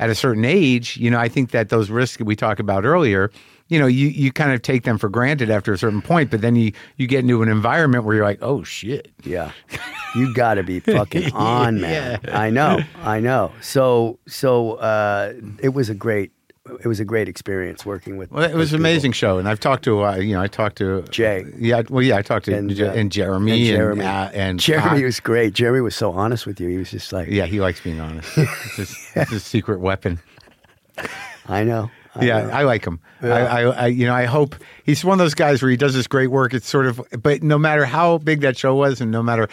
at a certain age, you know, I think that those risks that we talked about earlier, you know, you, you kind of take them for granted after a certain point, but then you, you get into an environment where you're like, oh shit.
Yeah. You got to be fucking on, man. I know. I know. So so uh it was a great it was a great experience working with
Well, it was an
with people.
amazing show, and I've talked to uh, you know I talked to
Jay.
Yeah, well, yeah, I talked to
And,
and,
uh,
and Jeremy
and
and
Jeremy.
uh, and
Jeremy
Pat.
was great. Jeremy was so honest with you. He was just like,
yeah, he likes being honest. it's, his, it's his secret weapon.
I know. uh, I
yeah,
know.
I like him. I, I, I, you know, I hope he's one of those guys where he does this great work. It's sort of, but no matter how big that show was, and no matter,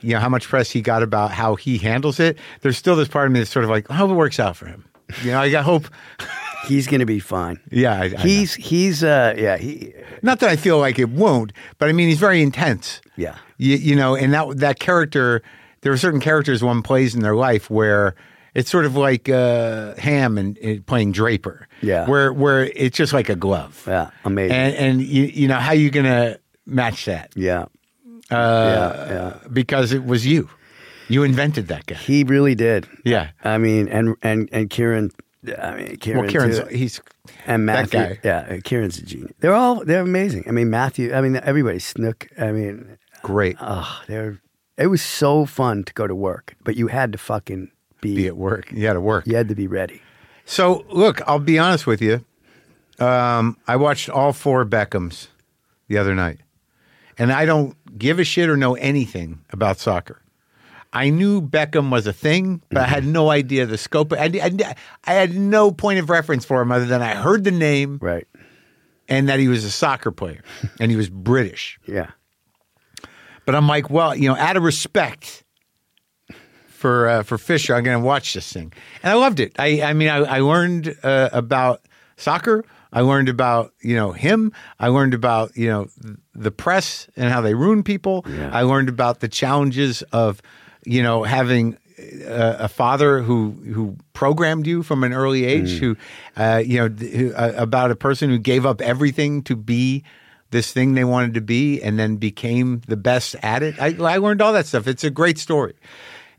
you know, how much press he got about how he handles it, there's still this part of me that's sort of like, I hope it works out for him. You know, I got hope.
He's going to be fine.
Yeah, I, I know.
He's he's uh yeah, he
not that I feel like it won't, but I mean, he's very intense.
yeah.
you, you know, and that that character, there are certain characters one plays in their life where it's sort of like uh, Ham and, and playing Draper,
Yeah.
where where it's just like a glove,
Yeah, amazing.
and and you you know how you gonna match that
yeah.
uh,
yeah, yeah.
because it was you, you invented that guy,
He really did.
yeah.
I mean, and and and Kieran I mean, Kieran
Well, Kieran's
too.
he's
And
That
Matthew,
guy.
yeah, uh, Kieran's a genius. They're all they're amazing. I mean, Matthew. I mean, everybody. Snook. I mean,
great.
oh, they're. It was so fun to go to work, but you had to fucking be.
Be at work, you had to work.
You had to be ready.
So look, I'll be honest with you. Um, I watched all four Beckhams the other night, and I don't give a shit or know anything about soccer. I knew Beckham was a thing, but I had no idea the scope. I, I, I had no point of reference for him other than I heard the name
Right.
and that he was a soccer player and he was British.
Yeah.
But I'm like, well, you know, out of respect for uh, for Fisher, I'm going to watch this thing, and I loved it. I, I mean, I, I learned uh, about soccer. I learned about you know him. I learned about you know th- the press and how they ruin people. I learned about the challenges of you know having a, a father who who programmed you from an early age, who uh, you know th- who, uh, about a person who gave up everything to be this thing they wanted to be, and then became the best at it. I, I learned all that stuff. It's a great story,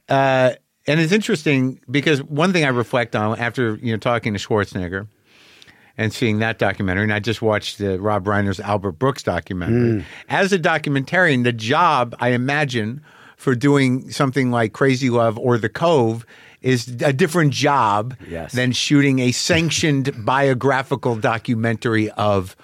uh, and it's interesting because one thing I reflect on after you know talking to Schwarzenegger and seeing that documentary, and I just watched uh, Rob Reiner's Albert Brooks documentary.
Mm.
As a documentarian, the job I imagine for doing something like Crazy Love or The Cove is a different job
Yes.
than shooting a sanctioned biographical documentary of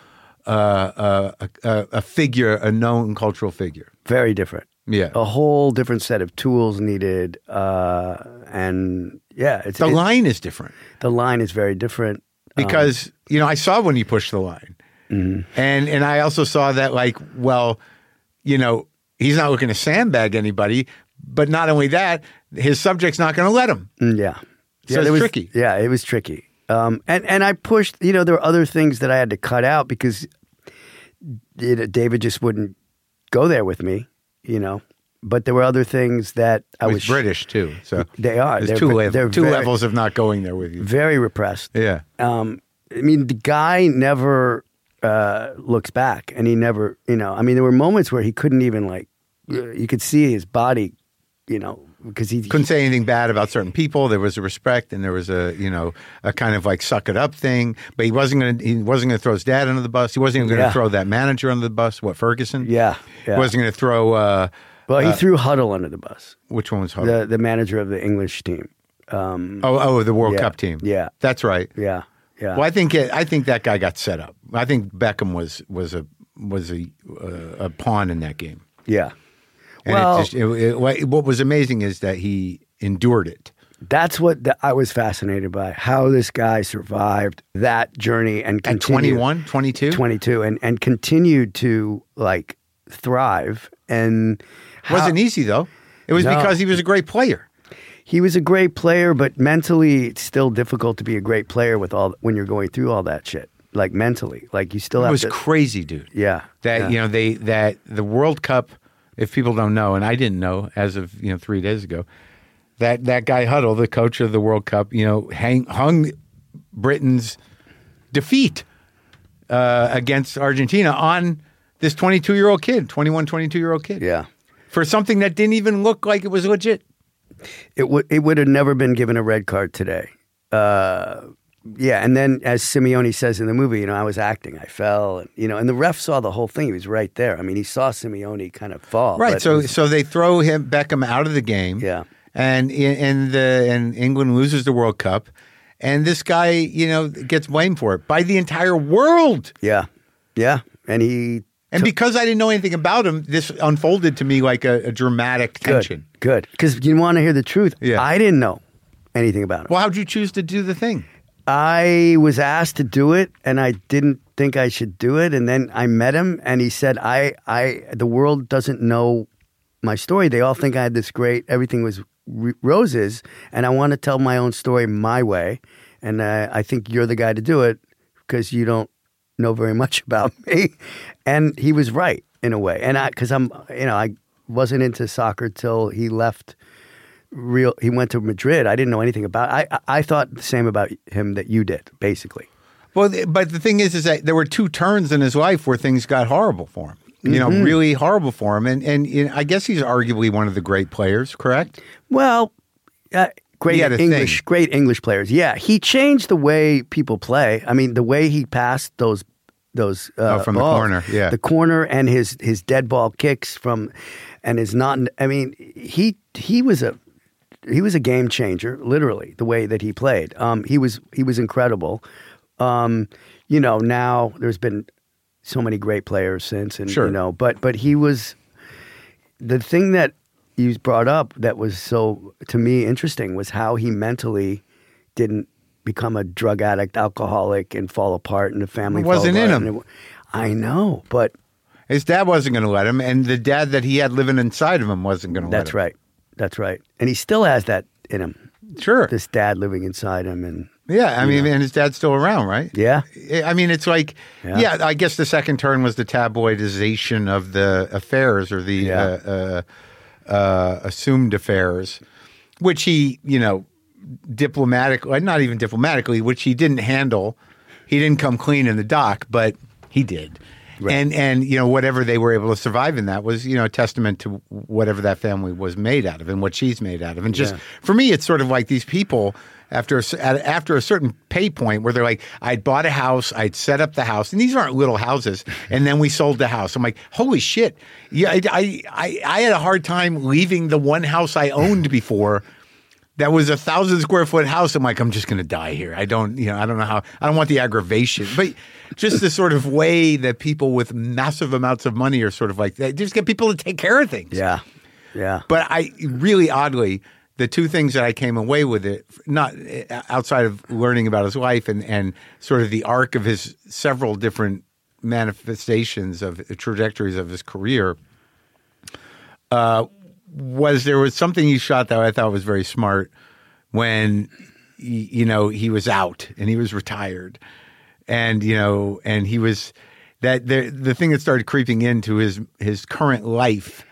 uh, uh, a, a, a figure, a known cultural figure.
Very different.
Yeah.
A whole different set of tools needed, uh, and yeah, it's
The
it-
line is different.
the line is very different.
because
Um,
you know I saw when you pushed the line,
Mm-hmm.
and and I also saw that like well, you know he's not looking to sandbag anybody, but not only that, his subject's not going to let him.
Mm, Yeah.
So
yeah,
it's
it was,
tricky.
Yeah, it was tricky. Um, and, and I pushed, you know, there were other things that I had to cut out because you know, David just wouldn't go there with me, you know. But there were other things that I
He's
was.
British too, so
They are.
There's
They're
two,
ve-
lev-
they're
two
very-
levels of not going there with you.
Very repressed.
Yeah,
Um, I mean, the guy never uh, looks back and he never, you know, I mean, there were moments where he couldn't even, like, uh, you could see his body, you know, because he
couldn't say anything bad about certain people. There was a respect, and there was a you know a kind of like suck it up thing. But he wasn't going to he wasn't going to throw his dad under the bus. He wasn't even going to
Yeah.
throw that manager under the bus. What Ferguson?
Yeah.
He
yeah.
wasn't going to throw. Uh,
well, he threw Huddle under the bus.
which one was hard?
the the manager of the English team. Um,
Oh, oh, the World
Yeah,
Cup team.
yeah.
that's right.
yeah, yeah,
Well, I think it, I think that guy got set up. I think Beckham was was a was a uh, a pawn in that game.
yeah.
And
Well-
it just, it, it, what was amazing is that he endured it.
That's what the, I was fascinated by how this guy survived that journey and
At
continued
21, 22?
22 and and continued to like thrive and how-
Wasn't easy though. It was
No.
because he was a great player.
he was a great player but mentally it's still difficult to be a great player with all when you're going through all that shit like mentally like you still
It
have
was
to
crazy, dude.
yeah
That
yeah.
you know they that the World Cup. If people don't know, and I didn't know as of you know three days ago, that that guy Huddle, the coach of the World Cup, you know, hang, hung Britain's defeat uh, against Argentina on this 22 year old kid, 21, 22 year old kid,
yeah
for something that didn't even look like it was legit.
it would it would have never been given a red card today. Uh, yeah, and then as Simeone says in the movie, you know, I was acting, I fell, and you know, and the ref saw the whole thing. He was right there. I mean, he saw Simeone kind of fall.
Right.
but-
So so they throw him Beckham out of the game.
Yeah.
And and the and England loses the World Cup, and this guy you know gets blamed for it by the entire world.
yeah, yeah, and he
And because I didn't know anything about him, this unfolded to me like a, a dramatic tension.
good, good, because you want to hear the truth.
Yeah.
I didn't know anything about it.
Well, how'd you choose to do the thing?
I was asked to do it, and I didn't think I should do it. And then I met him, and he said, "I, I, the world doesn't know my story. They all think I had this great, everything was r- roses, and I want to tell my own story my way. And uh, I think you're the guy to do it because you don't know very much about me." And he was right in a way, and I, because I'm, you know, I wasn't into soccer till he left real he went to madrid i didn't know anything about i I- i thought the same about him that you did basically
Well, th- but the thing is, is that there were two turns in his life where things got horrible for him. You
Mm-hmm.
know, really horrible for him. And and you know, I guess he's arguably one of the great players, correct?
well uh, great
He had a
english
thing.
great english players yeah he changed the way people play i mean the way he passed those those uh,
Oh, from the
balls.
corner, yeah.
the corner and his his dead ball kicks from and his not i mean he he was a he was a game changer, literally the way that he played. Um, he was he was incredible. Um, you know, now there's been so many great players since, and
Sure.
you know, but but he was the thing that you brought up that was so to me interesting was how he mentally didn't become a drug addict, alcoholic, and fall apart, and the family
It wasn't
fall
in
apart,
him.
and it- I know, but
His dad wasn't going to let him, and the dad that he had living inside of him wasn't going to let him.
that's right, that's right, and he still has that in him.
Sure.
This dad living inside him, and
yeah, I mean, and his dad's still around, right?
yeah,
I mean, it's like, yeah.
Yeah.
I guess the second turn was the tabloidization of the affairs or the uh, uh, uh, assumed affairs, which he, you know, diplomatically, not even diplomatically, which he didn't handle. He didn't come clean in the dock, but he did. And and you know whatever they were able to survive in that was you know a testament to whatever that family was made out of and what she's made out of and just
Yeah.
for me it's sort of like these people after a, cer- at- after a certain pay point where they're like I'd bought a house I'd set up the house and these aren't little houses and then we sold the house I'm like holy shit yeah I I I, I had a hard time leaving the one house I owned before that was a thousand square foot house. I'm like, I'm just gonna die here. I don't, you know, I don't know how. I don't want the aggravation, but just the sort of way that people with massive amounts of money are sort of like, they just get people to take care of things.
yeah, yeah.
But I really oddly, the two things that I came away with it, not uh, outside of learning about his life and, and sort of the arc of his several different manifestations of trajectories of his career, uh, was there was something he shot that I thought was very smart when, y- you know, he was out and he was retired and, you know, and he was that the, the thing that started creeping into his, his current life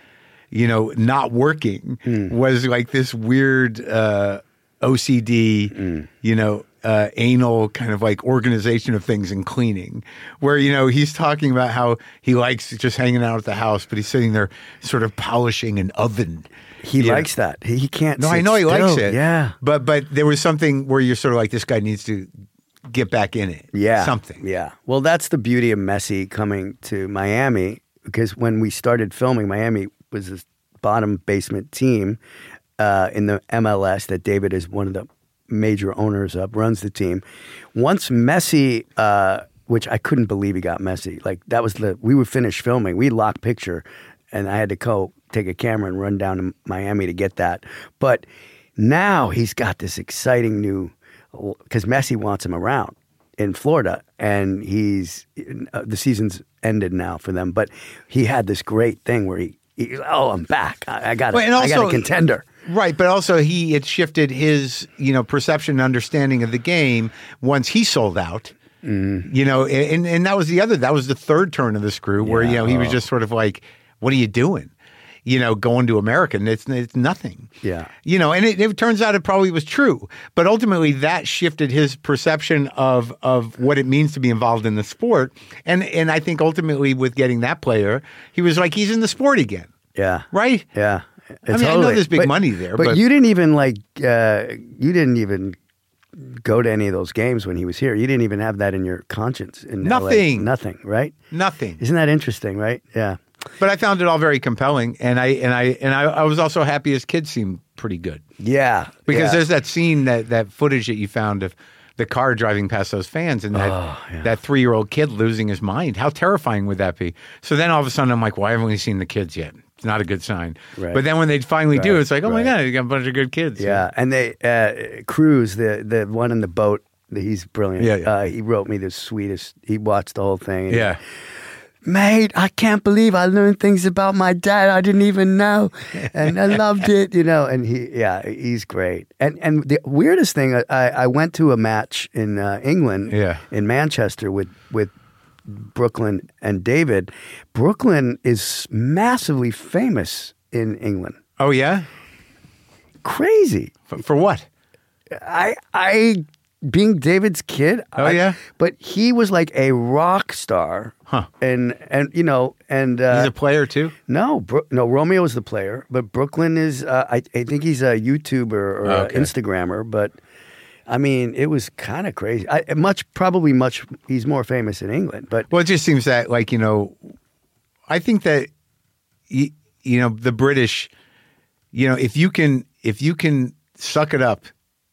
you know, not working was like this weird uh, OCD,
Mm.
you know, uh, anal kind of like organization of things and cleaning, where, you know, he's talking about how he likes just hanging out at the house, but he's sitting there sort of polishing an oven.
He
Yeah.
likes that. He he can't.
No, I
sit
know he likes
still.
it.
Yeah,
But but there was something where you're sort of like, this guy needs to get back in it.
yeah,
Something.
Yeah. Well, that's the beauty of Messi coming to Miami because when we started filming, Miami was this bottom basement team uh, in the MLS that David is one of the major owners of, runs the team. Once Messi. Uh, which I couldn't believe he got Messi. Like that was the we were finished filming. We locked picture, and I had to go take a camera and run down to Miami to get that. But Now he's got this exciting new because Messi wants him around in Florida, and he's uh, the season's ended now for them. But he had this great thing where he, he oh, I'm back. I, I got
Well, and
I got
also-
a contender.
Right, but also he it shifted his you know perception and understanding of the game once he sold out.
Mm-hmm.
You know, and and that was the other that was the third turn of the screw where you know he was just sort of like, "What are you doing?" You know, going to America and it's it's nothing.
Yeah.
You know, and it, it turns out it probably was true, but ultimately that shifted his perception of of what it means to be involved in the sport, and and I think ultimately with getting that player, he was like he's in the sport again,
Yeah.
right?
Yeah.
I mean, I know there's big money there,
but,
but-
you didn't even like uh, you didn't even go to any of those games when he was here. You didn't even have that in your conscience. In LA.
Nothing.
nothing, right?
Nothing.
Isn't that interesting? Right? Yeah.
But I found it all very compelling, and I and I and I, I was also happy his kids seemed pretty good
Yeah.
because
yeah.
there's that scene that that footage that you found of the car driving past those fans and that
Oh,
that three year old kid losing his mind. How terrifying would that be? So then all of a sudden I'm like, why haven't we seen the kids yet? It's not a good sign.
Right.
But then when they finally do,
Right,
it's like, oh my
right.
god, you got a bunch of good kids.
Yeah, and they uh, Cruz, the the one in the boat, the, he's brilliant.
Yeah, yeah.
Uh, he wrote me the sweetest. He watched the whole thing. and-
yeah.
mate, I can't believe I learned things about my dad I didn't even know, and I loved it. You know, and he, yeah, he's great. And and the weirdest thing, I I went to a match in uh, England,
Yeah.
in Manchester with with. Brooklyn and David. Brooklyn is massively famous in England.
Oh yeah.
Crazy.
For, for what?
I I being David's kid.
Oh,
I-
yeah?
but he was like a rock star.
Huh.
And and you know and
He's
uh,
a player too.
no Bro- no Romeo is the player, but Brooklyn is uh, I I think he's a YouTuber or a
Okay.
Instagrammer, but. I mean, it was kind of crazy. I, much, probably much. He's more famous in England, but
Well, it just seems that, like, you know, I think that, you, you know, the British, you know, if you can, if you can suck it up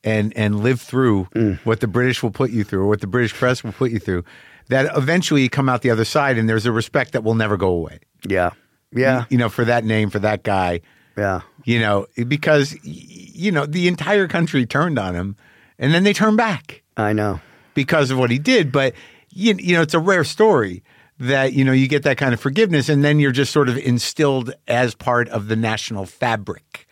and, and live through what the British will put you through, or what the British press will put you through, that eventually you come out the other side and there's a respect that will never go away.
yeah, yeah,
You know, for that name, for that guy,
yeah,
you know, because, y- you know, the entire country turned on him and then they turned back
I know.
because of what he did. But you, you know, it's a rare story that you know you get that kind of forgiveness, and then you're just sort of instilled as part of the national fabric.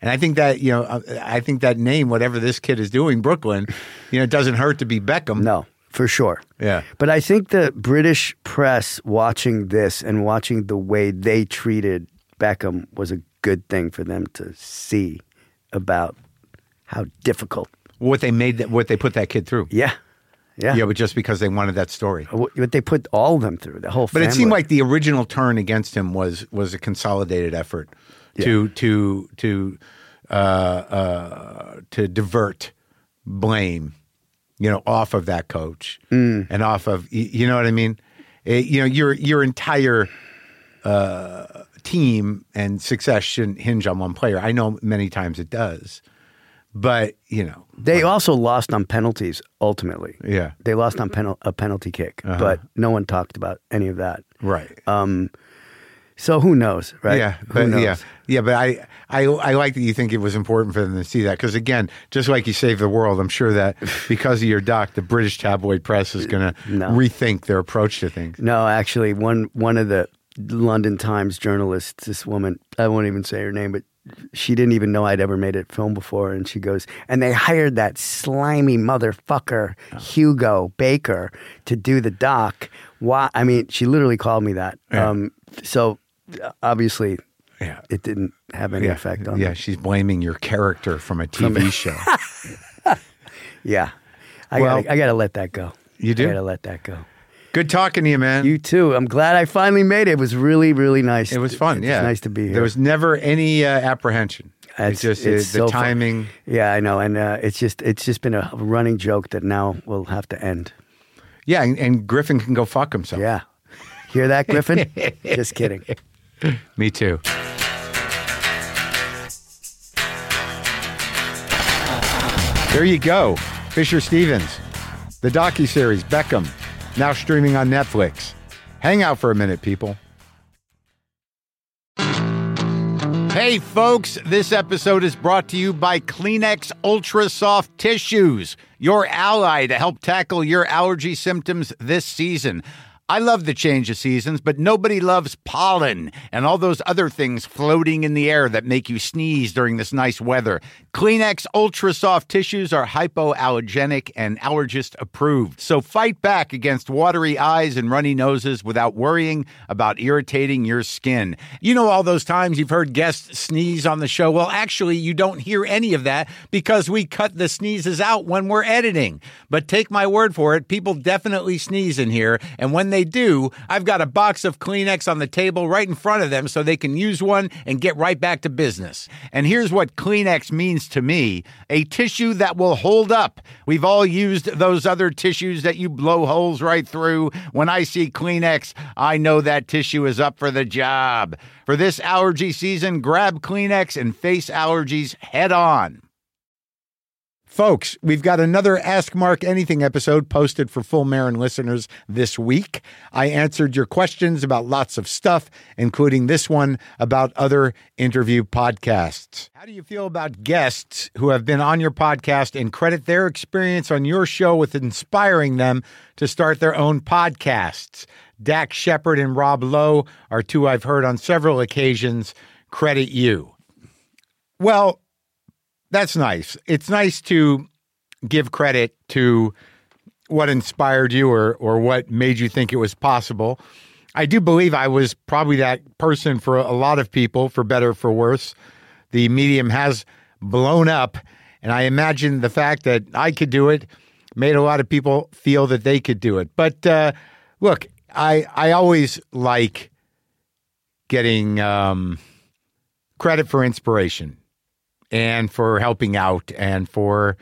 And I think that you know, uh, I I think that name, whatever this kid is doing, Brooklyn, you know, it doesn't hurt to be Beckham.
No, for sure.
Yeah.
But I think the British press watching this and watching the way they treated Beckham was a good thing for them to see about how difficult.
What they made, that, what they put that kid through.
Yeah. Yeah.
Yeah, but just because they wanted that story.
What what they put all of them through, the whole
But
family.
it seemed like the original turn against him was was a consolidated effort to to to uh, uh, to divert blame, you know, off of that coach and off of y- you know what I mean. It- you know, your your entire uh, team and success shouldn't hinge on one player. I know many times it does, but you know,
They also lost on penalties ultimately.
Yeah. Uh-huh.
They lost on penal- a penalty kick, but no one talked about any of that.
right?
So who knows, right?
Yeah,
Who
but
knows?
yeah, yeah, but I, I, I like that you think it was important for them to see that because again, just like you saved the world, I'm sure that because of your doc, the British tabloid press is going to
No.
rethink their approach to things.
No, actually, one one of the London Times journalists, this woman, I won't even say her name, but she didn't even know I'd ever made a film before, and she goes, and they hired that slimy motherfucker Hugo Baker to do the doc. Why? I mean, she literally called me that. Um, so uh, obviously,
Yeah.
it didn't have any
Yeah,
effect on.
yeah,
me.
she's blaming your character from a TV show.
yeah. I
Well-
gotta, I gotta let that go.
You do?
I gotta let that go.
Good talking to you, man.
You too. I'm glad I finally made it. It was really, really nice.
it was fun.
It's
yeah,
nice to be here.
There was never any uh, apprehension. It's, just uh, the
so fu-
timing.
Yeah, I know, and uh, it's just it's just been a running joke that now will have to end.
Yeah, and, and Griffin can go fuck himself.
Yeah, hear that, Griffin? just kidding.
Me too. There you go. Fisher Stevens. The docuseries Beckham, now streaming on Netflix. Hang out for a minute, people. Hey, folks, this episode is brought to you by Kleenex Ultra Soft Tissues, your ally to help tackle your allergy symptoms this season. I love the change of seasons, but nobody loves pollen and all those other things floating in the air that make you sneeze during this nice weather. Kleenex Ultra Soft Tissues are hypoallergenic and allergist approved. So fight back against watery eyes and runny noses without worrying about irritating your skin. You know, all those times you've heard guests sneeze on the show. Well, actually, you don't hear any of that because we cut the sneezes out when we're editing. But take my word for it, people definitely sneeze in here. And when they they do, I've got a box of Kleenex on the table right in front of them so they can use one and get right back to business. And here's what Kleenex means to me a tissue that will hold up. We've all used those other tissues that you blow holes right through. When I see Kleenex, I know that tissue is up for the job. For this allergy season, grab Kleenex and face allergies head on. Folks, we've got another Ask Mark Anything episode posted for full Marin listeners this week. I answered your questions about lots of stuff, including this one about other interview podcasts. How do you feel about guests who have been on your podcast and credit their experience on your show with inspiring them to start their own podcasts? Dak Shepard and Rob Lowe are two I've heard on several occasions credit you. Well, that's nice. It's nice to give credit to what inspired you or or what made you think it was possible. I do believe I was probably that person for a lot of people, for better or for worse. The medium has blown up, and I imagine the fact that I could do it made a lot of people feel that they could do it. But uh, look, I I always like getting um, credit for inspiration and for helping out and for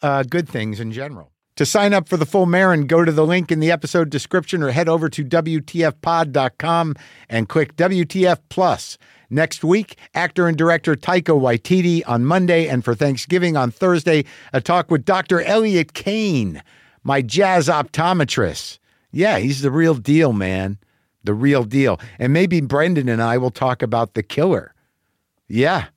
uh, good things in general. To sign up for the full Marin, go to the link in the episode description or head over to WTFpod.com and click WTF Plus. Next week, actor and director Taika Waititi on Monday, and for Thanksgiving on Thursday, a talk with Dr. Elliot Kane, my jazz optometrist. Yeah, he's the real deal, man. The real deal. And maybe Brendan and I will talk about The Killer. Yeah,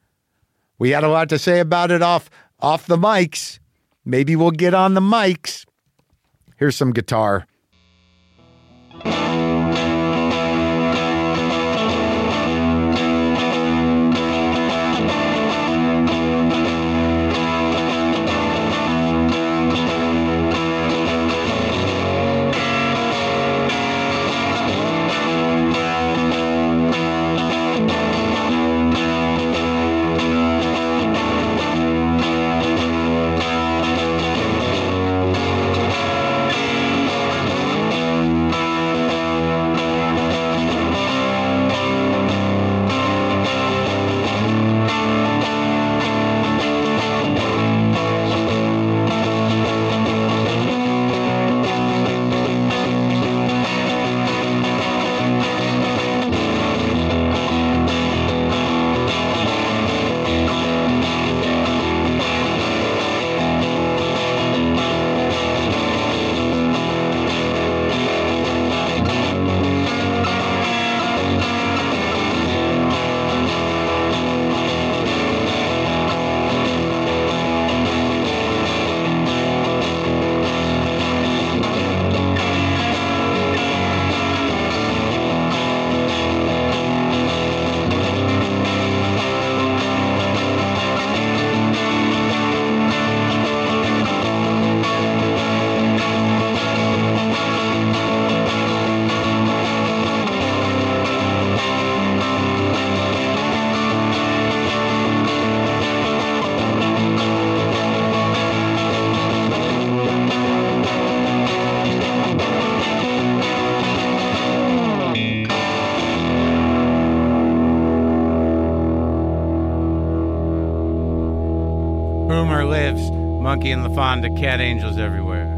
we had a lot to say about it off off the mics. Maybe we'll get on the mics. Here's some guitar. Boomer lives, monkey in the pond, to cat angels everywhere.